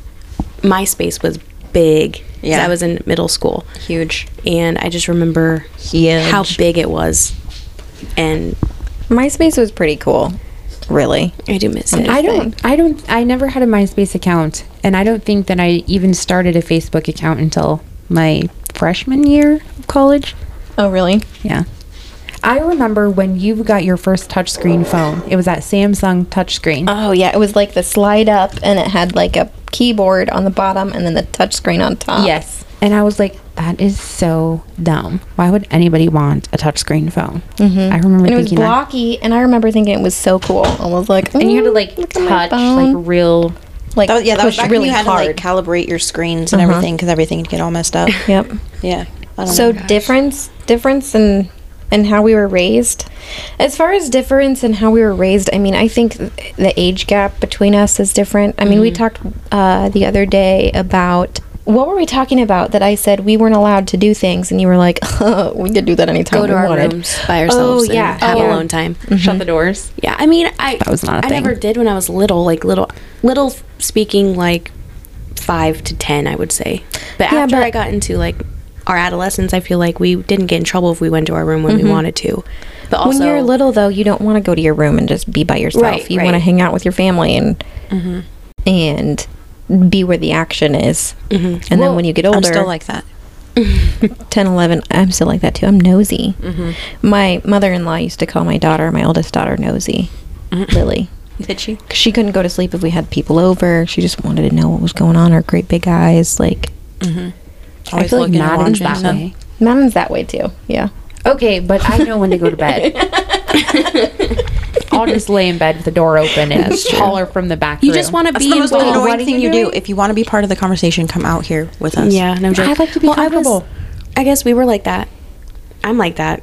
Speaker 5: MySpace was big. 'cause
Speaker 2: Yeah.
Speaker 5: I was in middle school,
Speaker 2: Huge.
Speaker 5: and I just remember
Speaker 2: Huge.
Speaker 5: how big it was, and
Speaker 4: MySpace was pretty cool, really.
Speaker 5: I do miss it.
Speaker 3: I don't. I don't. I never had a MySpace account, and I don't think that I even started a Facebook account until my freshman year of college.
Speaker 4: Oh, really?
Speaker 3: Yeah. I remember when you got your first touchscreen phone. It was that Samsung touchscreen.
Speaker 4: Oh, yeah. It was like the slide up, and it had like a keyboard on the bottom, and then the touchscreen on top.
Speaker 3: Yes. And I was like, that is so dumb. Why would anybody want a touchscreen phone? I remember
Speaker 4: And it was
Speaker 3: thinking that.
Speaker 4: blocky, and I remember thinking it was so cool. I was like,
Speaker 3: And you had to
Speaker 4: "Mm,
Speaker 3: like
Speaker 4: look at my
Speaker 3: touch, like
Speaker 4: phone."
Speaker 3: real.
Speaker 4: like
Speaker 2: That was, yeah, that was
Speaker 4: push
Speaker 2: back when
Speaker 4: really
Speaker 2: you had
Speaker 4: hard.
Speaker 2: to like calibrate your screens and everything because everything would get all messed up.
Speaker 4: yep.
Speaker 2: Yeah. I don't
Speaker 3: Oh
Speaker 4: so
Speaker 2: know.
Speaker 4: difference difference in in how we were raised as far as difference in how we were raised i mean i think th- the age gap between us is different i mean we
Speaker 3: Mm-hmm.
Speaker 4: talked uh, the other day about what were we talking about that i said we weren't allowed to do things and you were like we could do that anytime
Speaker 5: go to
Speaker 4: we
Speaker 5: our
Speaker 4: wanted
Speaker 5: rooms by ourselves.
Speaker 4: oh yeah
Speaker 5: and have
Speaker 4: yeah.
Speaker 5: alone time.
Speaker 3: Shut the doors.
Speaker 5: Yeah, I mean, I
Speaker 3: That was not a
Speaker 5: I
Speaker 3: thing.
Speaker 5: never did when I was little. Like little, little speaking, like five to ten, I would say. But
Speaker 4: Yeah,
Speaker 5: after
Speaker 4: but-
Speaker 5: I got into like our adolescence, I feel like we didn't get in trouble if we went to our room when we wanted to. But also,
Speaker 4: when you're little though you don't want to go to your room and just be by yourself
Speaker 5: Right,
Speaker 4: you
Speaker 5: right.
Speaker 4: want to hang out with your family and
Speaker 2: Mm-hmm.
Speaker 5: Mm-hmm.
Speaker 4: and be where the action is and then when you get older
Speaker 2: I'm still like that.
Speaker 4: 10, 11, I'm still like that too. I'm nosy.
Speaker 5: Mm.
Speaker 2: Mm-hmm.
Speaker 4: My mother in law used to call my daughter, my oldest daughter, nosy.
Speaker 5: Mm.
Speaker 4: Lily.
Speaker 2: Did she?
Speaker 4: 'Cause she couldn't go to sleep if we had people over. She just wanted to know what was going on. Her great big eyes. Like,
Speaker 2: Mm-hmm. Always
Speaker 3: feel like
Speaker 2: looking and
Speaker 3: Madden's
Speaker 2: watching
Speaker 3: that
Speaker 2: stuff.
Speaker 3: way.
Speaker 4: Madden's that way too. Yeah.
Speaker 3: Okay, but I know when to go to bed. I'll just lay in bed with the door open and holler from the back.
Speaker 5: You just want to
Speaker 2: That's
Speaker 5: be
Speaker 2: the most
Speaker 5: involved.
Speaker 2: annoying thing you do. If you want to be part of the conversation, come out here with us.
Speaker 5: Yeah, no joke.
Speaker 3: I like to be
Speaker 5: I was-
Speaker 3: comfortable.
Speaker 5: I, guess we were like that. I'm like that.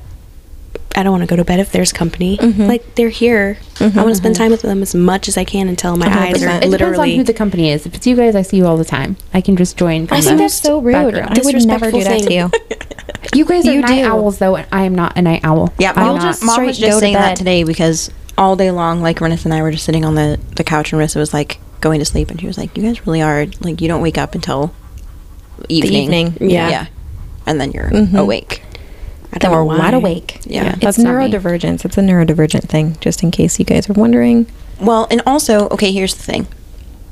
Speaker 5: I don't want to go to bed if there's company.
Speaker 4: Mm-hmm.
Speaker 5: Like they're here. I want to spend time with them as much as I can until my eyes are
Speaker 4: 100%.
Speaker 3: It depends on
Speaker 5: literally
Speaker 3: who the company is. If it's you guys, I see you all the time. I can just join. From
Speaker 5: I
Speaker 3: the
Speaker 5: think
Speaker 4: That's so rude.
Speaker 3: background.
Speaker 4: I would never do that
Speaker 5: Disrespectful
Speaker 4: to you.
Speaker 3: You guys are
Speaker 4: You
Speaker 3: night
Speaker 4: do.
Speaker 3: owls, though, and I am not a night owl.
Speaker 2: Yeah,
Speaker 3: I'm
Speaker 2: mom,
Speaker 3: not.
Speaker 4: just
Speaker 2: mom was
Speaker 4: straight go
Speaker 2: just
Speaker 4: to
Speaker 2: saying
Speaker 4: bed.
Speaker 2: that today because all day long, like Renessa and I were just sitting on the, the couch and Renessa was like going to sleep and she was like, You guys really are like you don't wake up until evening.
Speaker 4: evening, Mm-hmm.
Speaker 5: yeah.
Speaker 2: Yeah. And then you're awake.
Speaker 5: I
Speaker 4: Then
Speaker 5: don't
Speaker 4: we're
Speaker 5: know
Speaker 4: wide
Speaker 5: why.
Speaker 4: awake.
Speaker 2: Yeah.
Speaker 4: It's
Speaker 3: that's not me.
Speaker 4: neurodivergence. It's a neurodivergent thing, just in case you guys are wondering.
Speaker 2: Well, and also, okay, here's the thing.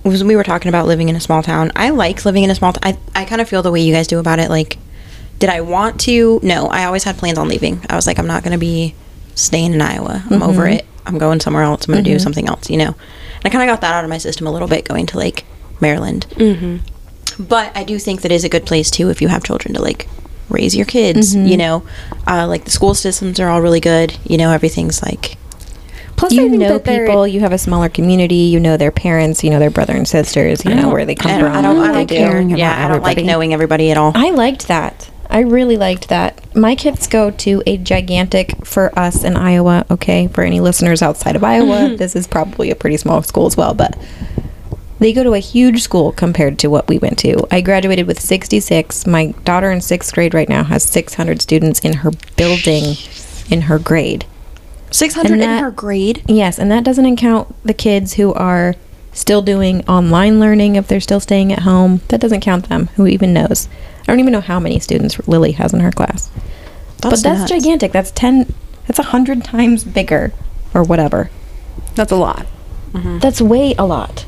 Speaker 2: Was we were talking about living in a small town. I like living in a small t- I I kind of feel the way you guys do about it like did I want to? No, I always had plans on leaving. I was like I'm not going to be staying in Iowa. I'm over it. I'm going somewhere else. I'm going to do something else, you know. And I kind of got that out of my system a little bit going to like Maryland. But I do think that is a good place too if you have children to like raise your kids, you know. Uh, like the school systems are all really good. You know, everything's like
Speaker 3: Plus, I
Speaker 4: you
Speaker 3: think
Speaker 4: know
Speaker 3: that they're-
Speaker 4: people, you have a smaller community, you know their parents, you know their brother and sisters, you know where they
Speaker 2: I
Speaker 4: come
Speaker 2: don't,
Speaker 4: from.
Speaker 2: I don't, I don't
Speaker 4: what they do.
Speaker 2: care.
Speaker 3: caring
Speaker 2: Yeah,
Speaker 3: about
Speaker 2: I don't like
Speaker 3: everybody.
Speaker 2: knowing everybody at all.
Speaker 4: I liked that. I really liked that. My kids go to a gigantic for us in Iowa. Okay, for any listeners outside of
Speaker 2: Mm-hmm.
Speaker 4: Iowa, this is probably a pretty small school as well, but they go to a huge school compared to what we went to. I graduated with 66. My daughter in sixth grade right now has 600 students in her building, in her grade.
Speaker 2: 600
Speaker 4: and that-
Speaker 2: in her grade.
Speaker 4: Yes, and that doesn't count the kids who are still doing online learning if they're still staying at home. That doesn't count them. Who even knows? I don't even know how many students Lily has in her class.
Speaker 2: That's
Speaker 4: but
Speaker 2: nuts.
Speaker 4: that's gigantic. That's 10 that's 100 times bigger or whatever.
Speaker 3: That's a lot.
Speaker 4: That's way a lot.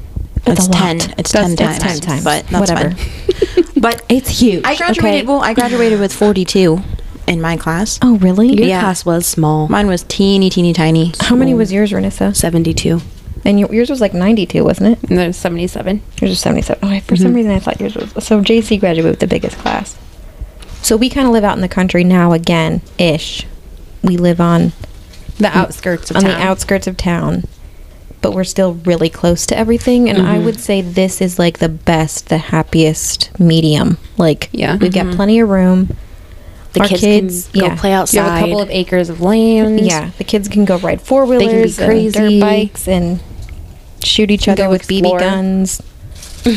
Speaker 2: It's
Speaker 4: a lot.
Speaker 2: 10. It's 10
Speaker 4: That's- that's
Speaker 2: times.
Speaker 4: 10 times.
Speaker 2: But that's
Speaker 4: Whatever.
Speaker 2: fine. but
Speaker 4: It's huge.
Speaker 2: I graduated,
Speaker 4: okay?
Speaker 2: well, I graduated with 42 in my class.
Speaker 4: Oh, really?
Speaker 5: Your
Speaker 2: Yeah.
Speaker 5: class was small.
Speaker 2: Mine was teeny, teeny tiny.
Speaker 4: How many was yours, Renessa?
Speaker 5: 72.
Speaker 4: And your, yours was like 92, wasn't it?
Speaker 3: And there's 77.
Speaker 4: Yours was 77. Oh, I, for
Speaker 3: Mm-hmm.
Speaker 4: some reason I thought yours was. So JC graduated with the biggest class. So we kind of live out in the country now again, ish. We live on
Speaker 3: The outskirts of
Speaker 4: on
Speaker 3: town.
Speaker 4: the outskirts of town, but we're still really close to everything. And
Speaker 3: Mm-hmm.
Speaker 4: I would say this is like the best, the happiest medium. Like,
Speaker 3: Yeah. Mm-hmm.
Speaker 4: we've got plenty of room.
Speaker 5: The kids can go play
Speaker 3: You have a couple
Speaker 5: outside.
Speaker 3: of acres of land.
Speaker 4: Yeah, the kids can go ride four wheelers, and dirt
Speaker 3: crazy.
Speaker 4: bikes, and shoot each other
Speaker 3: go
Speaker 4: with
Speaker 3: explore.
Speaker 4: BB guns, and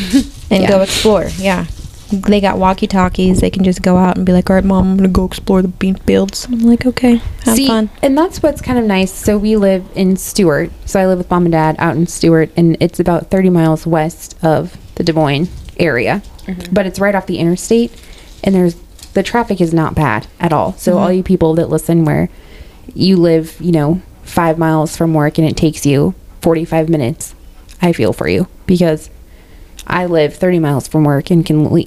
Speaker 3: Yeah.
Speaker 4: go explore. Yeah, they got walkie talkies. They can just go out and be like, "All right, mom, I'm gonna go explore the bean fields." I'm like, "Okay, have
Speaker 3: See,
Speaker 4: fun."
Speaker 3: and that's what's kind of nice. So we live in Stewart. So I live with mom and dad out in Stewart, and it's about 30 miles west of the Des Moines area,
Speaker 4: Mm-hmm.
Speaker 3: but it's right off the interstate, and there's the traffic is not bad at all. So all
Speaker 4: Mm-hmm.
Speaker 3: you people that listen, where you live, you know, five miles from work, and it takes you 45 minutes, I feel for you because I live 30 miles from work and can le-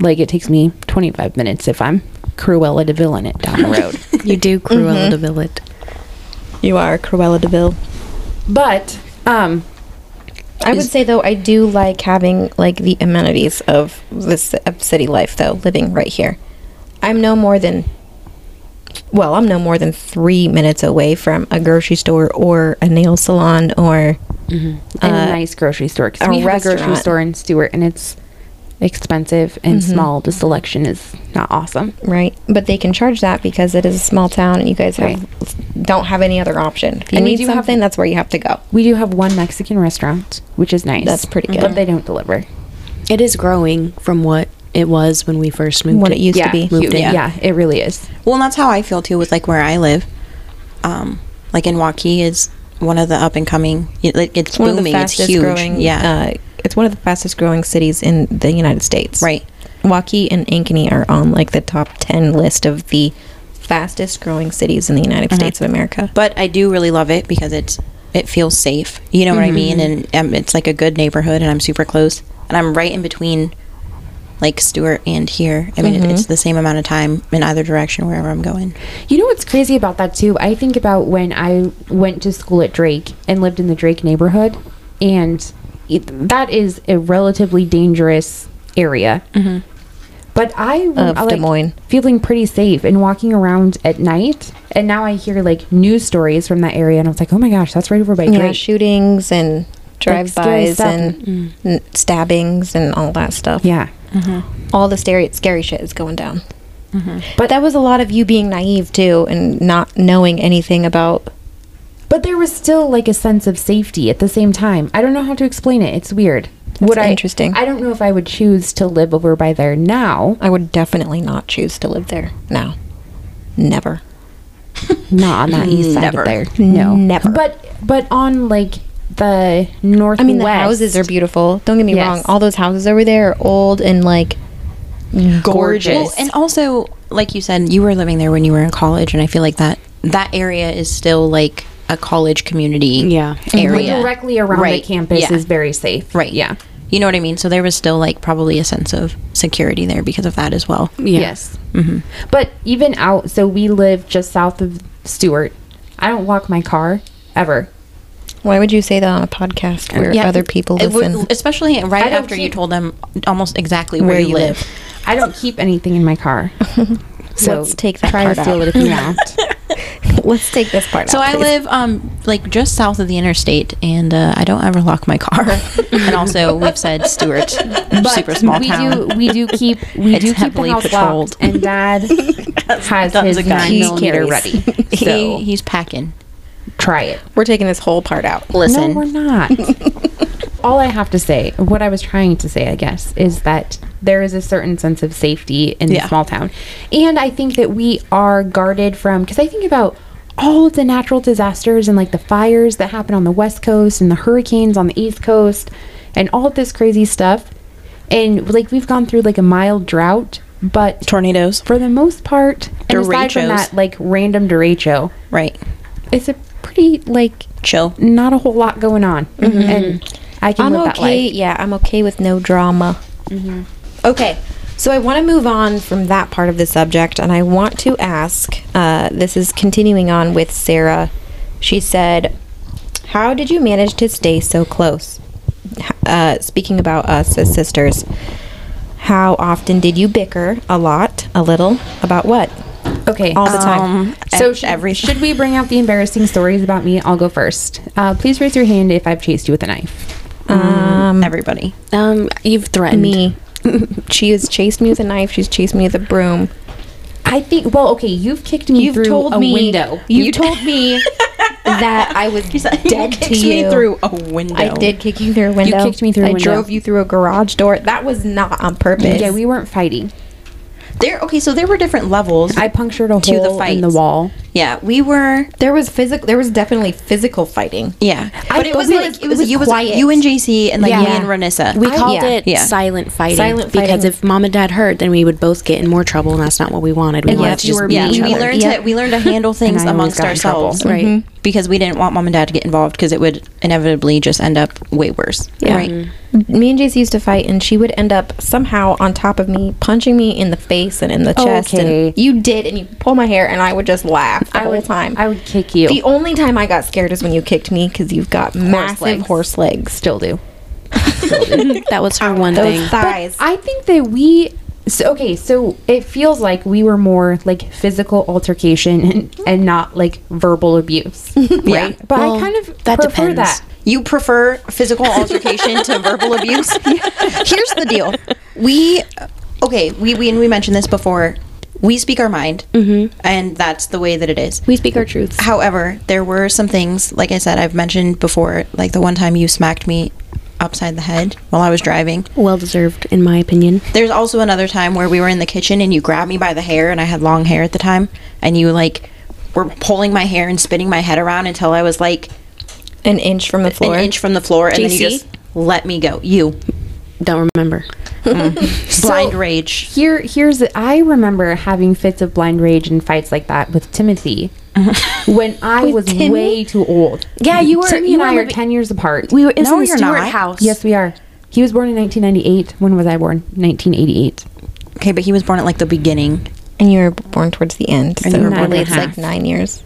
Speaker 3: like it takes me 25 minutes if I'm Cruella de Vil in it down the road.
Speaker 5: You do Cruella
Speaker 2: Mm-hmm.
Speaker 5: de Villet.
Speaker 4: You are Cruella Deville.
Speaker 3: But um,
Speaker 4: I would say though, I do like having like the amenities of this of city life though, living right here. I'm no more than well, I'm no more than three minutes away from a grocery store or a nail salon or
Speaker 3: in Mm-hmm. a
Speaker 4: Uh,
Speaker 3: nice grocery store 'cause
Speaker 4: a
Speaker 3: we have a grocery
Speaker 4: restaurant. Mm-hmm.
Speaker 3: store in Stewart, and it's expensive and small. The selection is not awesome.
Speaker 4: right. But they can charge that because it is a small town and you guys have, don't have any other option. If you
Speaker 3: And we
Speaker 4: need
Speaker 3: do have-
Speaker 4: something, that's where you have to go.
Speaker 3: We do have one Mexican restaurant, which is nice.
Speaker 4: That's pretty good.
Speaker 3: but they don't deliver.
Speaker 5: It is growing from what it was when we first moved.
Speaker 4: What it used
Speaker 3: yeah,
Speaker 4: to be.
Speaker 3: huge.
Speaker 5: Moved in.
Speaker 3: yeah, it really is.
Speaker 2: Well, and that's how I feel too with like where I live. Um, like in Waukee is one of the up and coming, it, like, it's
Speaker 4: It's one of the
Speaker 2: booming, it's
Speaker 4: fastest
Speaker 2: huge.
Speaker 4: growing.
Speaker 2: yeah.
Speaker 4: uh, it's one of the fastest growing cities in the United States.
Speaker 2: Right.
Speaker 4: Waukee and Ankeny are on like the top ten list of the fastest growing cities in the United States of America.
Speaker 2: Uh-huh. but I do really love it because it's it feels safe. You know what I mean? And um, it's like a good neighborhood, and I'm super close, and I'm right in between like Stuart and here. I mean, it- it's the same amount of time in either direction wherever I'm going.
Speaker 3: You know what's crazy about that too? I think about when I went to school at Drake and lived in the Drake neighborhood, and it, that is a relatively dangerous area. But I w-
Speaker 4: Of
Speaker 3: I
Speaker 4: Des Moines.
Speaker 3: feeling pretty safe and walking around at night. And now I hear like news stories from that area, and I was like, oh my gosh, that's right over by
Speaker 4: Yeah,
Speaker 3: Drake.
Speaker 4: shootings and
Speaker 3: Like,
Speaker 4: drive
Speaker 3: scary
Speaker 4: bys
Speaker 3: stuff.
Speaker 4: and
Speaker 2: Mm.
Speaker 4: n- stabbings and all that stuff.
Speaker 3: yeah.
Speaker 4: All the scary, scary shit is going down. But that was a lot of you being naive too and not knowing anything about.
Speaker 3: But there was still like a sense of safety at the same time. I don't know how to explain it. It's weird. I-
Speaker 4: interesting.
Speaker 3: I don't know if I would choose to live over by there now.
Speaker 4: I would definitely not choose to live there. No. Never.
Speaker 3: Not on that east side
Speaker 2: Never.
Speaker 3: of there. No.
Speaker 4: Never.
Speaker 3: But but on like the northwest.
Speaker 4: I mean, the houses are beautiful. Don't get me
Speaker 3: Yes.
Speaker 4: wrong. All those houses over there are old and like gorgeous.
Speaker 2: Well, and also, like you said, you were living there when you were in college, and I feel like that that area is still like a college community
Speaker 5: Yeah.
Speaker 3: Like,
Speaker 2: area
Speaker 3: directly around
Speaker 2: Right.
Speaker 3: the campus
Speaker 2: Yeah.
Speaker 3: is very safe.
Speaker 2: right
Speaker 3: Yeah.
Speaker 2: you know what i mean so there was still like probably a sense of security there because of that as well Mm-hmm.
Speaker 5: Yeah.
Speaker 3: Yes. But even out, so we live just south of Stewart. I don't walk my car ever.
Speaker 4: Why would you say that on a podcast where other people
Speaker 2: It would-
Speaker 4: listen?
Speaker 2: especially
Speaker 3: I
Speaker 2: right
Speaker 3: don't
Speaker 2: after you
Speaker 3: keep-
Speaker 2: told them almost exactly where, you live,
Speaker 3: I don't keep anything in my car. So
Speaker 4: Let's take that
Speaker 3: try
Speaker 4: part
Speaker 3: to steal
Speaker 4: out.
Speaker 3: it if you want.
Speaker 4: Let's take this part
Speaker 2: so
Speaker 4: out.
Speaker 2: i
Speaker 4: please.
Speaker 2: live um like just south of the interstate and uh, i don't ever lock my car and also we've said stewart super small
Speaker 3: we
Speaker 2: town
Speaker 3: do we do keep we
Speaker 2: It's
Speaker 3: do keep the
Speaker 2: heavily
Speaker 3: house
Speaker 2: patrolled.
Speaker 3: locked, and Dad has
Speaker 2: tons
Speaker 3: his
Speaker 2: of guns.
Speaker 3: nine
Speaker 2: He
Speaker 3: millimeter
Speaker 4: carries.
Speaker 3: ready.
Speaker 2: he,
Speaker 3: So
Speaker 2: he's packing
Speaker 3: try it.
Speaker 4: We're taking this whole part out.
Speaker 3: No,
Speaker 2: listen
Speaker 3: we're not. All I have to say, what I was trying to say, I guess, is that there is a certain sense of safety in
Speaker 2: Yeah.
Speaker 3: the small town, and I think that we are guarded from because I think about all of the natural disasters and like the fires that happen on the west coast and the hurricanes on the east coast and all of this crazy stuff and like we've gone through like a mild drought but
Speaker 2: tornadoes
Speaker 3: for the most part, and aside
Speaker 2: Derechos.
Speaker 3: from that, like random derecho,
Speaker 2: right
Speaker 3: it's a pretty like
Speaker 2: chill
Speaker 3: not a whole lot going on, and I can
Speaker 4: I'm
Speaker 3: live that
Speaker 4: okay.
Speaker 3: life.
Speaker 4: Yeah, I'm okay with no drama. Okay, so I want to move on from that part of the subject, and I want to ask. Uh, this is continuing on with Sarah. She said, "How did you manage to stay so close?" H- Uh, speaking about us as sisters, how often did you bicker? A lot, a little. About what?
Speaker 3: Okay, um,
Speaker 4: All the time.
Speaker 3: so should, should we bring out the embarrassing stories about me? I'll go first. Uh, please raise your hand if I've chased you with a knife.
Speaker 2: um, everybody
Speaker 5: Um, you've threatened
Speaker 4: Me. she has chased me with a knife. She's chased me with a broom.
Speaker 3: I think. Well, okay, you've kicked me
Speaker 4: You've
Speaker 3: through
Speaker 4: told
Speaker 3: a
Speaker 4: me.
Speaker 3: window.
Speaker 4: You've told me that I was dead to
Speaker 2: kicks
Speaker 4: you.
Speaker 2: me through a window
Speaker 4: I did kick you through a window.
Speaker 3: kicked me through a
Speaker 4: I
Speaker 3: window.
Speaker 4: drove you through a garage door. That was not on purpose.
Speaker 3: Yeah, we weren't fighting.
Speaker 2: there okay so there were different levels
Speaker 3: I punctured a
Speaker 2: To the
Speaker 3: hole in the
Speaker 2: fights.
Speaker 3: wall.
Speaker 2: yeah we were
Speaker 4: there was physical. There was definitely physical fighting.
Speaker 2: Yeah,
Speaker 4: I-
Speaker 2: but it
Speaker 4: but
Speaker 2: was
Speaker 4: we-
Speaker 2: like it was,
Speaker 4: it was
Speaker 2: you was
Speaker 4: quiet.
Speaker 2: you and JC and like me
Speaker 4: Yeah.
Speaker 2: and Renessa.
Speaker 5: We
Speaker 2: We
Speaker 5: called
Speaker 4: yeah.
Speaker 5: it
Speaker 2: Yeah.
Speaker 5: silent fighting
Speaker 4: Silent
Speaker 5: because
Speaker 4: fighting.
Speaker 5: if mom and dad heard, then we would both get in more trouble, and that's not what we wanted. We
Speaker 4: And
Speaker 5: wanted
Speaker 4: yet
Speaker 5: to
Speaker 4: you
Speaker 5: just
Speaker 4: were
Speaker 5: be
Speaker 2: yeah,
Speaker 5: each
Speaker 2: we
Speaker 4: mean.
Speaker 5: other.
Speaker 2: learned
Speaker 4: Yep.
Speaker 2: to we learned to handle things
Speaker 3: I always
Speaker 2: amongst
Speaker 3: got in trouble.
Speaker 2: ourselves,
Speaker 5: Right. Mhm.
Speaker 2: Because we didn't want mom and dad to get involved because it would inevitably just end up way worse,
Speaker 4: Yeah.
Speaker 2: right?
Speaker 4: Me and JC used to fight, and she would end up somehow on top of me, punching me in the face and in the chest.
Speaker 3: Okay.
Speaker 4: And you did, and you pull my hair, and I would just laugh the
Speaker 3: I
Speaker 4: whole
Speaker 3: would,
Speaker 4: time.
Speaker 3: I would kick you.
Speaker 4: the only time I got scared is when you kicked me because you've got massive
Speaker 3: legs.
Speaker 4: horse legs.
Speaker 3: Still do.
Speaker 5: that was her one
Speaker 4: Those
Speaker 5: thing.
Speaker 4: thighs.
Speaker 3: I think that we. So, okay, so it feels like we were more like physical altercation and, and not like verbal abuse, right? But
Speaker 5: Well,
Speaker 3: I kind of
Speaker 5: that
Speaker 3: prefer
Speaker 5: depends.
Speaker 3: that.
Speaker 2: You prefer physical altercation to verbal abuse? Here's the deal. We okay, we we and we mentioned this before. We speak our mind, and that's the way that it is.
Speaker 5: Mm-hmm. we speak our truths.
Speaker 2: However, there were some things, like I said, I've mentioned before, like the one time you smacked me upside the head while I was driving.
Speaker 5: Well deserved, in my opinion.
Speaker 2: There's also another time where we were in the kitchen and you grabbed me by the hair, and I had long hair at the time, and you like were pulling my hair and spinning my head around until I was like
Speaker 4: An inch from the floor.
Speaker 2: an inch from the floor, and then you
Speaker 5: JC?
Speaker 2: just let me go. You
Speaker 5: Don't remember.
Speaker 2: blind rage.
Speaker 3: Here, here's I remember having fits of blind rage and fights like that with Timothy when I was way too old.
Speaker 5: Uh-huh. Yeah, you were-
Speaker 3: Timmy
Speaker 5: you
Speaker 3: and
Speaker 5: were
Speaker 3: I are
Speaker 5: living-
Speaker 3: ten years apart.
Speaker 5: We were. It's
Speaker 2: No,
Speaker 5: in the
Speaker 2: you're
Speaker 5: Stewart
Speaker 2: not.
Speaker 5: house.
Speaker 3: yes, we are. He was born in 1998. When was I born? 1988.
Speaker 2: Okay, but he was born at like the beginning.
Speaker 4: And you were born towards the end. So
Speaker 2: And you were
Speaker 4: really,
Speaker 3: born
Speaker 4: it's
Speaker 3: half.
Speaker 4: like nine years.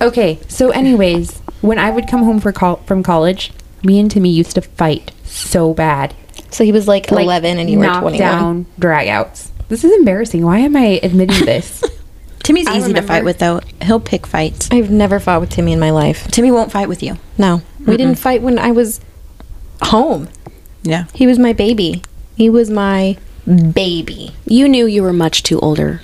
Speaker 3: Okay, so anyways, when I would come home for col- from college, me and Timmy used to fight so bad.
Speaker 4: So he was like, 11 and you were
Speaker 3: knock
Speaker 4: 21.
Speaker 3: down dragouts. This is embarrassing. Why am I admitting this?
Speaker 2: Timmy's easy to fight with though. He'll pick fights.
Speaker 4: I've never fought with Timmy in my life.
Speaker 2: Timmy won't fight with you.
Speaker 4: No. We didn't fight when I was home.
Speaker 2: Yeah.
Speaker 4: He was my baby. He was my baby.
Speaker 5: You knew you were much too older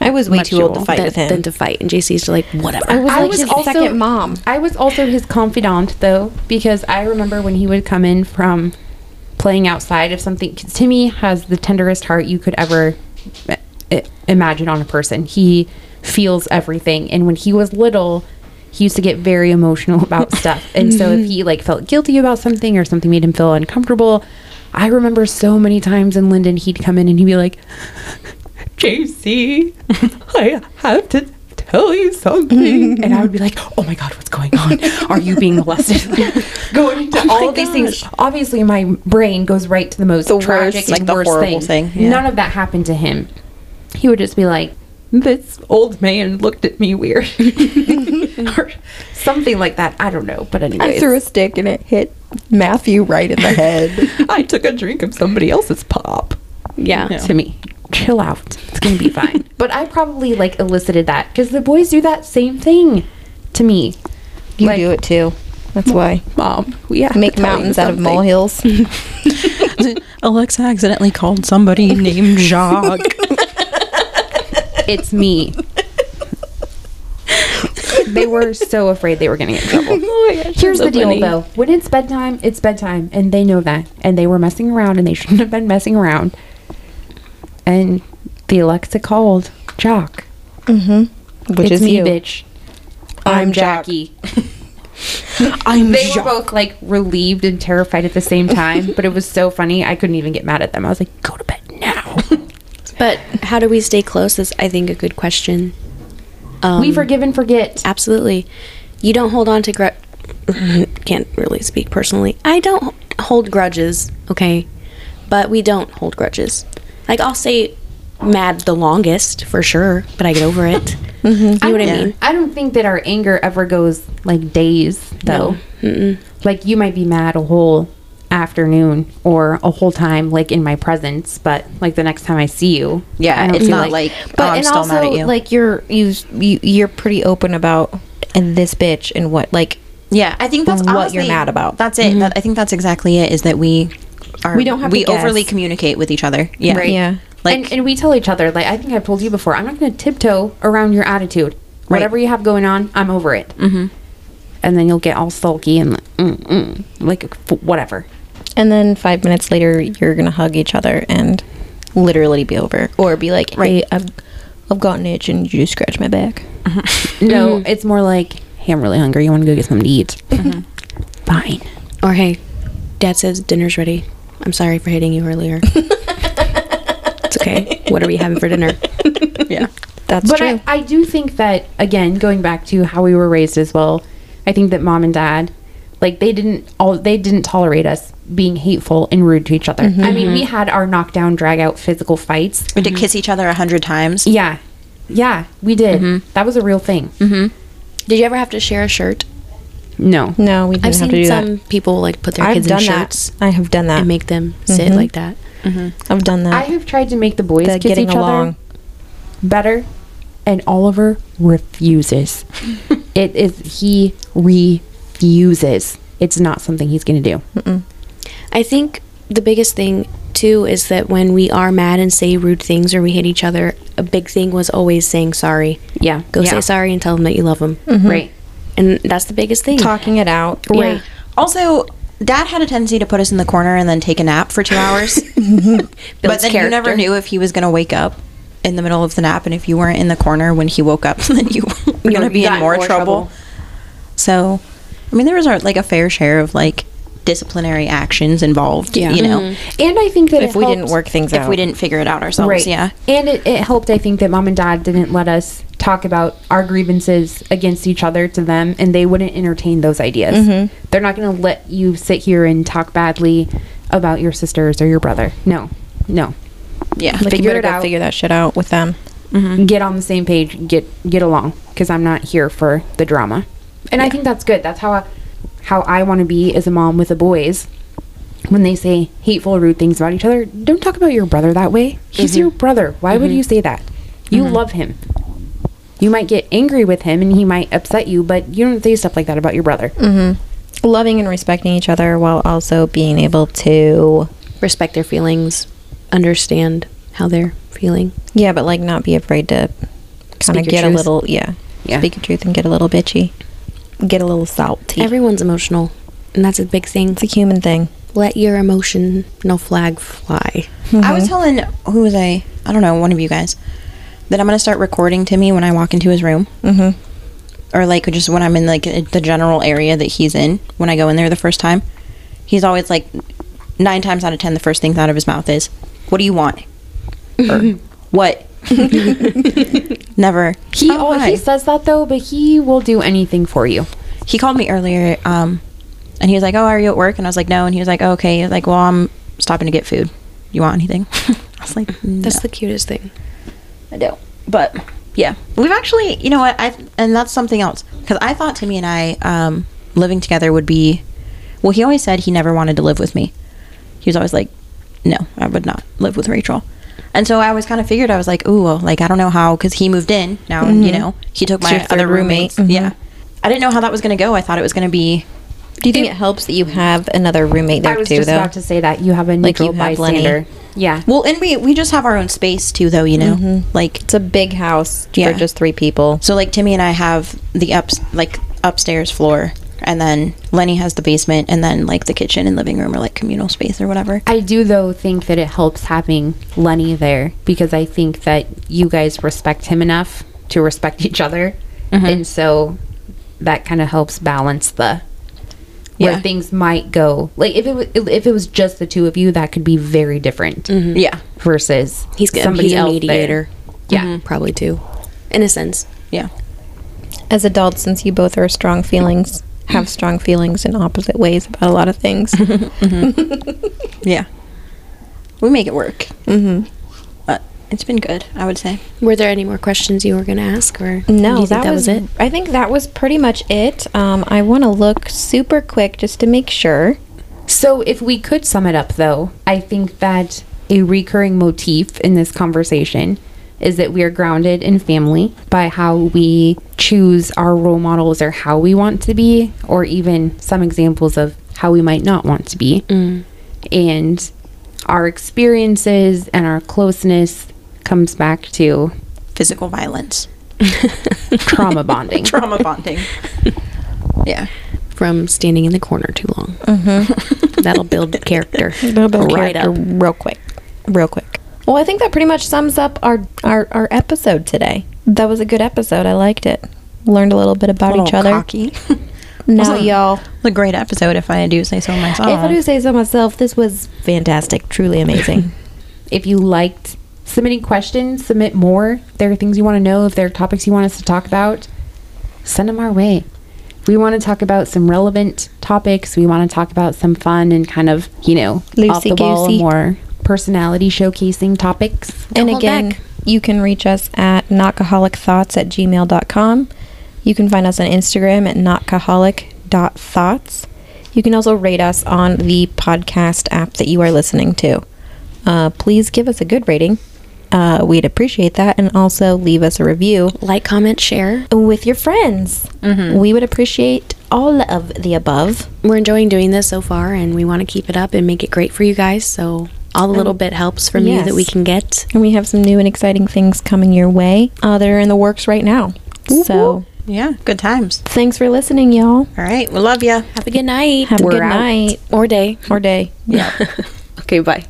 Speaker 4: I was way too old to
Speaker 5: than-
Speaker 4: fight with
Speaker 5: than
Speaker 4: him.
Speaker 5: to fight. Uh, And JC's like, whatever.
Speaker 4: I was like his second mom.
Speaker 3: I was also his confidant though, because I remember when he would come in from playing outside of something. 'cause Timmy has the tenderest heart you could ever i- i- imagine on a person. He feels everything, and when he was little. He used to get very emotional about stuff. And so
Speaker 4: Mm-hmm.
Speaker 3: if he like felt guilty about something or something made him feel uncomfortable, I remember so many times in Linden he'd come in and he'd be like, JC, I have to tell you something. and I would be like, oh my God, what's going on? Are you being molested? Like, going into all of these things. Obviously, my brain goes right to the most
Speaker 2: The
Speaker 3: tragic,
Speaker 2: worst,
Speaker 3: and
Speaker 2: like the
Speaker 3: worst
Speaker 2: horrible
Speaker 3: thing.
Speaker 2: thing, yeah.
Speaker 3: None of that happened to him. He would just be like, this old man looked at me weird. or something like that. I don't know. But anyways.
Speaker 4: a stick and it hit Matthew right in the head.
Speaker 3: I took a drink of somebody else's pop.
Speaker 5: Yeah. Yeah.
Speaker 3: To me, chill out. It's gonna be fine. but I probably like elicited that because the boys do that same thing to me.
Speaker 4: you
Speaker 3: Like-
Speaker 4: do it too. That's why.
Speaker 3: Mom, we have
Speaker 4: Make
Speaker 3: to tell you
Speaker 4: mountains out of
Speaker 3: something.
Speaker 4: molehills.
Speaker 2: Alexa accidentally called somebody named Jacques.
Speaker 3: It's me. they were so afraid they were gonna get in trouble.
Speaker 4: Oh
Speaker 3: Here's the deal though. When it's bedtime, it's bedtime, and they know that. And they were messing around and they shouldn't have been messing around. And the Alexa called Jock.
Speaker 4: Mm-hmm. Which
Speaker 3: it's
Speaker 4: is
Speaker 3: me,
Speaker 4: you.
Speaker 3: bitch.
Speaker 4: I'm
Speaker 3: Jackie.
Speaker 2: I'm
Speaker 3: They were
Speaker 2: Jacques.
Speaker 3: both like relieved and terrified at the same time, but it was so funny. I couldn't even get mad at them. I was like, "Go to bed now."
Speaker 5: but how do we stay close is, I think, a good question. Um,
Speaker 3: we forgive and forget.
Speaker 5: Absolutely. You don't hold on to grudge. Can't really speak personally. I don't hold grudges, okay? But we don't hold grudges. Like, I'll say mad the longest for sure, but I get over it. You know what I mean?
Speaker 3: I don't think that our anger ever goes like days, though. Like you might be mad a whole afternoon or a whole time, like in my presence, but like the next time I see you, I
Speaker 2: Yeah,
Speaker 3: don't
Speaker 2: it's
Speaker 3: feel
Speaker 2: not like,
Speaker 4: But
Speaker 2: oh, I'm
Speaker 4: and
Speaker 2: still
Speaker 4: also
Speaker 2: mad at you.
Speaker 4: like you're you, you you're pretty open about and this bitch and what like
Speaker 2: yeah, I think that's
Speaker 4: what
Speaker 2: honestly-
Speaker 4: you're mad about.
Speaker 2: That's it. That, I think that's exactly it. Is that we are
Speaker 4: We don't have
Speaker 2: we
Speaker 4: to guess.
Speaker 2: overly communicate with each other. Yeah,
Speaker 3: Right.
Speaker 4: Yeah.
Speaker 2: Like
Speaker 3: and, and we tell each other, like I think I've told you before, I'm not going to tiptoe around your attitude.
Speaker 2: Right.
Speaker 3: Whatever you have going on, I'm over it. Mm-hmm. And then you'll get all sulky and like, mm, mm, like f- whatever.
Speaker 4: and then five minutes later you're gonna hug each other and literally be over or be like hey I've I've got an itch and you scratch my back.
Speaker 3: No,
Speaker 2: Mm-hmm.
Speaker 3: it's more like, hey, I'm really hungry. You want to go get something to eat? Fine.
Speaker 5: Or, hey, dad says dinner's ready. I'm sorry for hitting you earlier. it's okay. What are we having for dinner?
Speaker 2: yeah,
Speaker 4: That's
Speaker 3: but
Speaker 4: true.
Speaker 3: I, I do think that again going back to how we were raised as well i think that mom and dad like they didn't all they didn't tolerate us being hateful and rude to each other i mean we had our knockdown drag out physical fights
Speaker 2: we did kiss each other a hundred times.
Speaker 3: yeah yeah we did that was a real thing
Speaker 5: Did you ever have to share a shirt?
Speaker 3: no
Speaker 4: no, we didn't
Speaker 5: I've
Speaker 4: have
Speaker 5: seen
Speaker 4: to do
Speaker 5: some
Speaker 4: that.
Speaker 5: people like put their
Speaker 4: I've
Speaker 5: kids
Speaker 4: done
Speaker 5: in
Speaker 4: that.
Speaker 5: shirts
Speaker 4: I have done that.
Speaker 5: and make them sit
Speaker 4: Mm-hmm.
Speaker 5: like that.
Speaker 4: I've done
Speaker 3: i
Speaker 4: that.
Speaker 3: have tried to make the boys
Speaker 4: the
Speaker 3: kiss
Speaker 4: getting
Speaker 3: each
Speaker 4: along.
Speaker 3: other better and oliver refuses it is he refuses it's not something he's gonna do
Speaker 5: I think the biggest thing too is that when we are mad and say rude things or we hit each other, a big thing was always saying sorry.
Speaker 3: yeah
Speaker 5: Go
Speaker 3: Yeah.
Speaker 5: say sorry and tell them that you love them.
Speaker 3: right
Speaker 5: And that's the biggest thing.
Speaker 4: Talking it out.
Speaker 5: Yeah.
Speaker 4: Right.
Speaker 2: Also, Dad had a tendency to put us in the corner and then take a nap for two hours. but then you never knew if he was going to wake up in the middle of the nap, and if you weren't in the corner when he woke up, then you were going to be in more, trouble. So, I mean, there was our, like a fair share of like disciplinary actions involved.
Speaker 3: Yeah.
Speaker 2: you know,
Speaker 3: And I think that
Speaker 4: If
Speaker 3: it
Speaker 4: we
Speaker 3: helped-
Speaker 4: didn't work things out.
Speaker 2: if we didn't figure it out ourselves,
Speaker 3: right,
Speaker 2: yeah.
Speaker 3: And it, it helped. I think that mom and dad didn't let us talk about our grievances against each other to them,
Speaker 4: Mm-hmm.
Speaker 3: and they wouldn't entertain those ideas. They're not going to let you sit here and talk badly about your sisters or your brother. No, no.
Speaker 2: Yeah.
Speaker 4: Like
Speaker 3: Figure
Speaker 4: you better
Speaker 3: it
Speaker 4: go
Speaker 3: out. Mm-hmm.
Speaker 4: figure that shit out with them.
Speaker 3: Get on the same page. Get get along because I'm not here for the drama. And I think that's good. That's how I, how I want to be as a mom with the boys. When they say hateful, rude things about each other, don't talk about your brother that way. He's your brother. Why would you say that? You love him. You might get angry with him and he might upset you, but you don't say stuff like that about your brother.
Speaker 4: Mm-hmm. Loving and respecting each other while also being able to
Speaker 5: Respect their feelings, understand how they're feeling.
Speaker 4: Yeah, but like not be afraid to kind of
Speaker 5: Speak your
Speaker 4: get a
Speaker 5: truth.
Speaker 4: little yeah,
Speaker 3: Yeah.
Speaker 4: speak your truth and get a little bitchy. Get a little salty.
Speaker 5: Everyone's emotional, and that's a big thing.
Speaker 4: it's a human thing.
Speaker 5: Let your emotional flag fly.
Speaker 3: Mm-hmm.
Speaker 2: I was telling who was I? I don't know, one of you guys that I'm gonna start recording Timmy when I walk into his room,
Speaker 3: Mm-hmm.
Speaker 4: Mhm.
Speaker 2: or like just when I'm in like the general area that he's in when I go in there the first time. He's always like nine times out of ten, the first things out of his mouth is, "What do you want?" or "What." Never.
Speaker 3: He
Speaker 2: "Oh,
Speaker 3: always
Speaker 2: hi."
Speaker 3: he says that though, but he will do anything for you.
Speaker 2: he called me earlier um, and he was like, Oh, are you at work? And I was like, No. And he was like, oh, Okay. He was like, Well, I'm stopping to get food. You want anything? I was like,
Speaker 5: That's
Speaker 2: That's
Speaker 5: the cutest thing.
Speaker 2: I do. But yeah, we've actually, you know what? I And that's something else. Because I thought Timmy and I um, living together would be, well, he always said he never wanted to live with me. He was always like, No, I would not live with Rachel. And so I always kind of figured, I was like, Ooh, well, like, I don't know how, because he moved in now, you know, he took
Speaker 4: your
Speaker 2: my
Speaker 4: Mm-hmm. third
Speaker 2: other
Speaker 4: roommate.
Speaker 2: roommates. Yeah. I didn't know how that was going to go. I thought it was going to be
Speaker 4: Do you think it helps that you have another roommate there
Speaker 3: I was
Speaker 4: too
Speaker 3: just
Speaker 4: though?
Speaker 3: about to say that you have a
Speaker 4: Like,
Speaker 3: neutral
Speaker 4: you have Lenny.
Speaker 3: bystander. Yeah.
Speaker 2: Well, and we we just have our own space too, though. You know,
Speaker 4: Mm-hmm.
Speaker 2: like
Speaker 4: it's a big house
Speaker 2: Yeah.
Speaker 4: for just three people.
Speaker 2: so, like Timmy and I have the ups like upstairs floor, and then Lenny has the basement, and then like the kitchen and living room are like communal space or whatever.
Speaker 3: I do though think that it helps having Lenny there because I think that you guys respect him enough to respect each other,
Speaker 5: Mm-hmm.
Speaker 3: and so that kind of helps balance the where
Speaker 2: Yeah.
Speaker 3: things might go. Like if it wa- if it was just the two of you, that could be very different
Speaker 4: Mm.
Speaker 2: Yeah,
Speaker 3: versus
Speaker 5: Mm-hmm. He's good.
Speaker 3: somebody
Speaker 5: He's a
Speaker 3: else there. Mm-hmm.
Speaker 5: mediator. Mm-hmm.
Speaker 3: Yeah.
Speaker 5: probably too, in a sense.
Speaker 2: yeah.
Speaker 4: As adults, since you both are strong feelings have strong feelings in opposite ways about a lot of things.
Speaker 2: Yeah. We make it work. Mm-hmm. But it's been good, I would say.
Speaker 5: Were there any more questions you were going to ask, or do you
Speaker 4: No,
Speaker 5: think
Speaker 4: that, was, it. I think that was pretty much it. Um, I want to look super quick just to make sure.
Speaker 3: So, if we could sum it up, though, I think that a recurring motif in this conversation is that we are grounded in family by how we choose our role models or how we want to be, or even some examples of how we might not want to be. And our experiences and our closeness comes back to
Speaker 2: Physical violence,
Speaker 3: trauma bonding.
Speaker 2: trauma bonding. yeah.
Speaker 5: From standing in the corner too long. That'll build character.
Speaker 4: right up real quick real quick well i think that pretty much sums up our our, our episode today that was a good episode i liked it learned a little bit about each
Speaker 2: Little
Speaker 4: other
Speaker 2: cocky.
Speaker 4: now
Speaker 2: Wasn't-
Speaker 4: y'all
Speaker 2: A great episode, if I do say so myself.
Speaker 4: if i do say so myself this was fantastic truly amazing
Speaker 3: if you liked submitting questions, submit more. If there are things you want to know, if there are topics you want us to talk about, send them our way. We want to talk about some relevant topics. We want to talk about some fun and kind of, you know, off the wall,
Speaker 4: Loosey-goosey.
Speaker 3: more personality showcasing topics.
Speaker 4: and
Speaker 5: Call
Speaker 4: again
Speaker 5: back.
Speaker 4: you can reach us at knockaholicthoughts at gmail.com you can find us on instagram at knockaholic.thoughts you can also rate us on the podcast app that you are listening to uh, please give us a good rating uh, we'd appreciate that and also leave us a review
Speaker 5: Like, comment, share.
Speaker 4: with your friends
Speaker 3: Mm-hmm.
Speaker 4: we would appreciate all of the above
Speaker 5: We're enjoying doing this so far, and we want to keep it up and make it great for you guys. So all the little bit helps from you that we
Speaker 4: yes.
Speaker 5: can get.
Speaker 4: and we have some new and exciting things coming your way uh, that are in the works right now so
Speaker 2: yeah, good times.
Speaker 4: thanks for listening y'all
Speaker 2: All right, we love you.
Speaker 5: Have a good night
Speaker 4: have a
Speaker 3: We're
Speaker 4: good
Speaker 3: out.
Speaker 4: night
Speaker 5: or day.
Speaker 4: or day
Speaker 5: Okay, bye.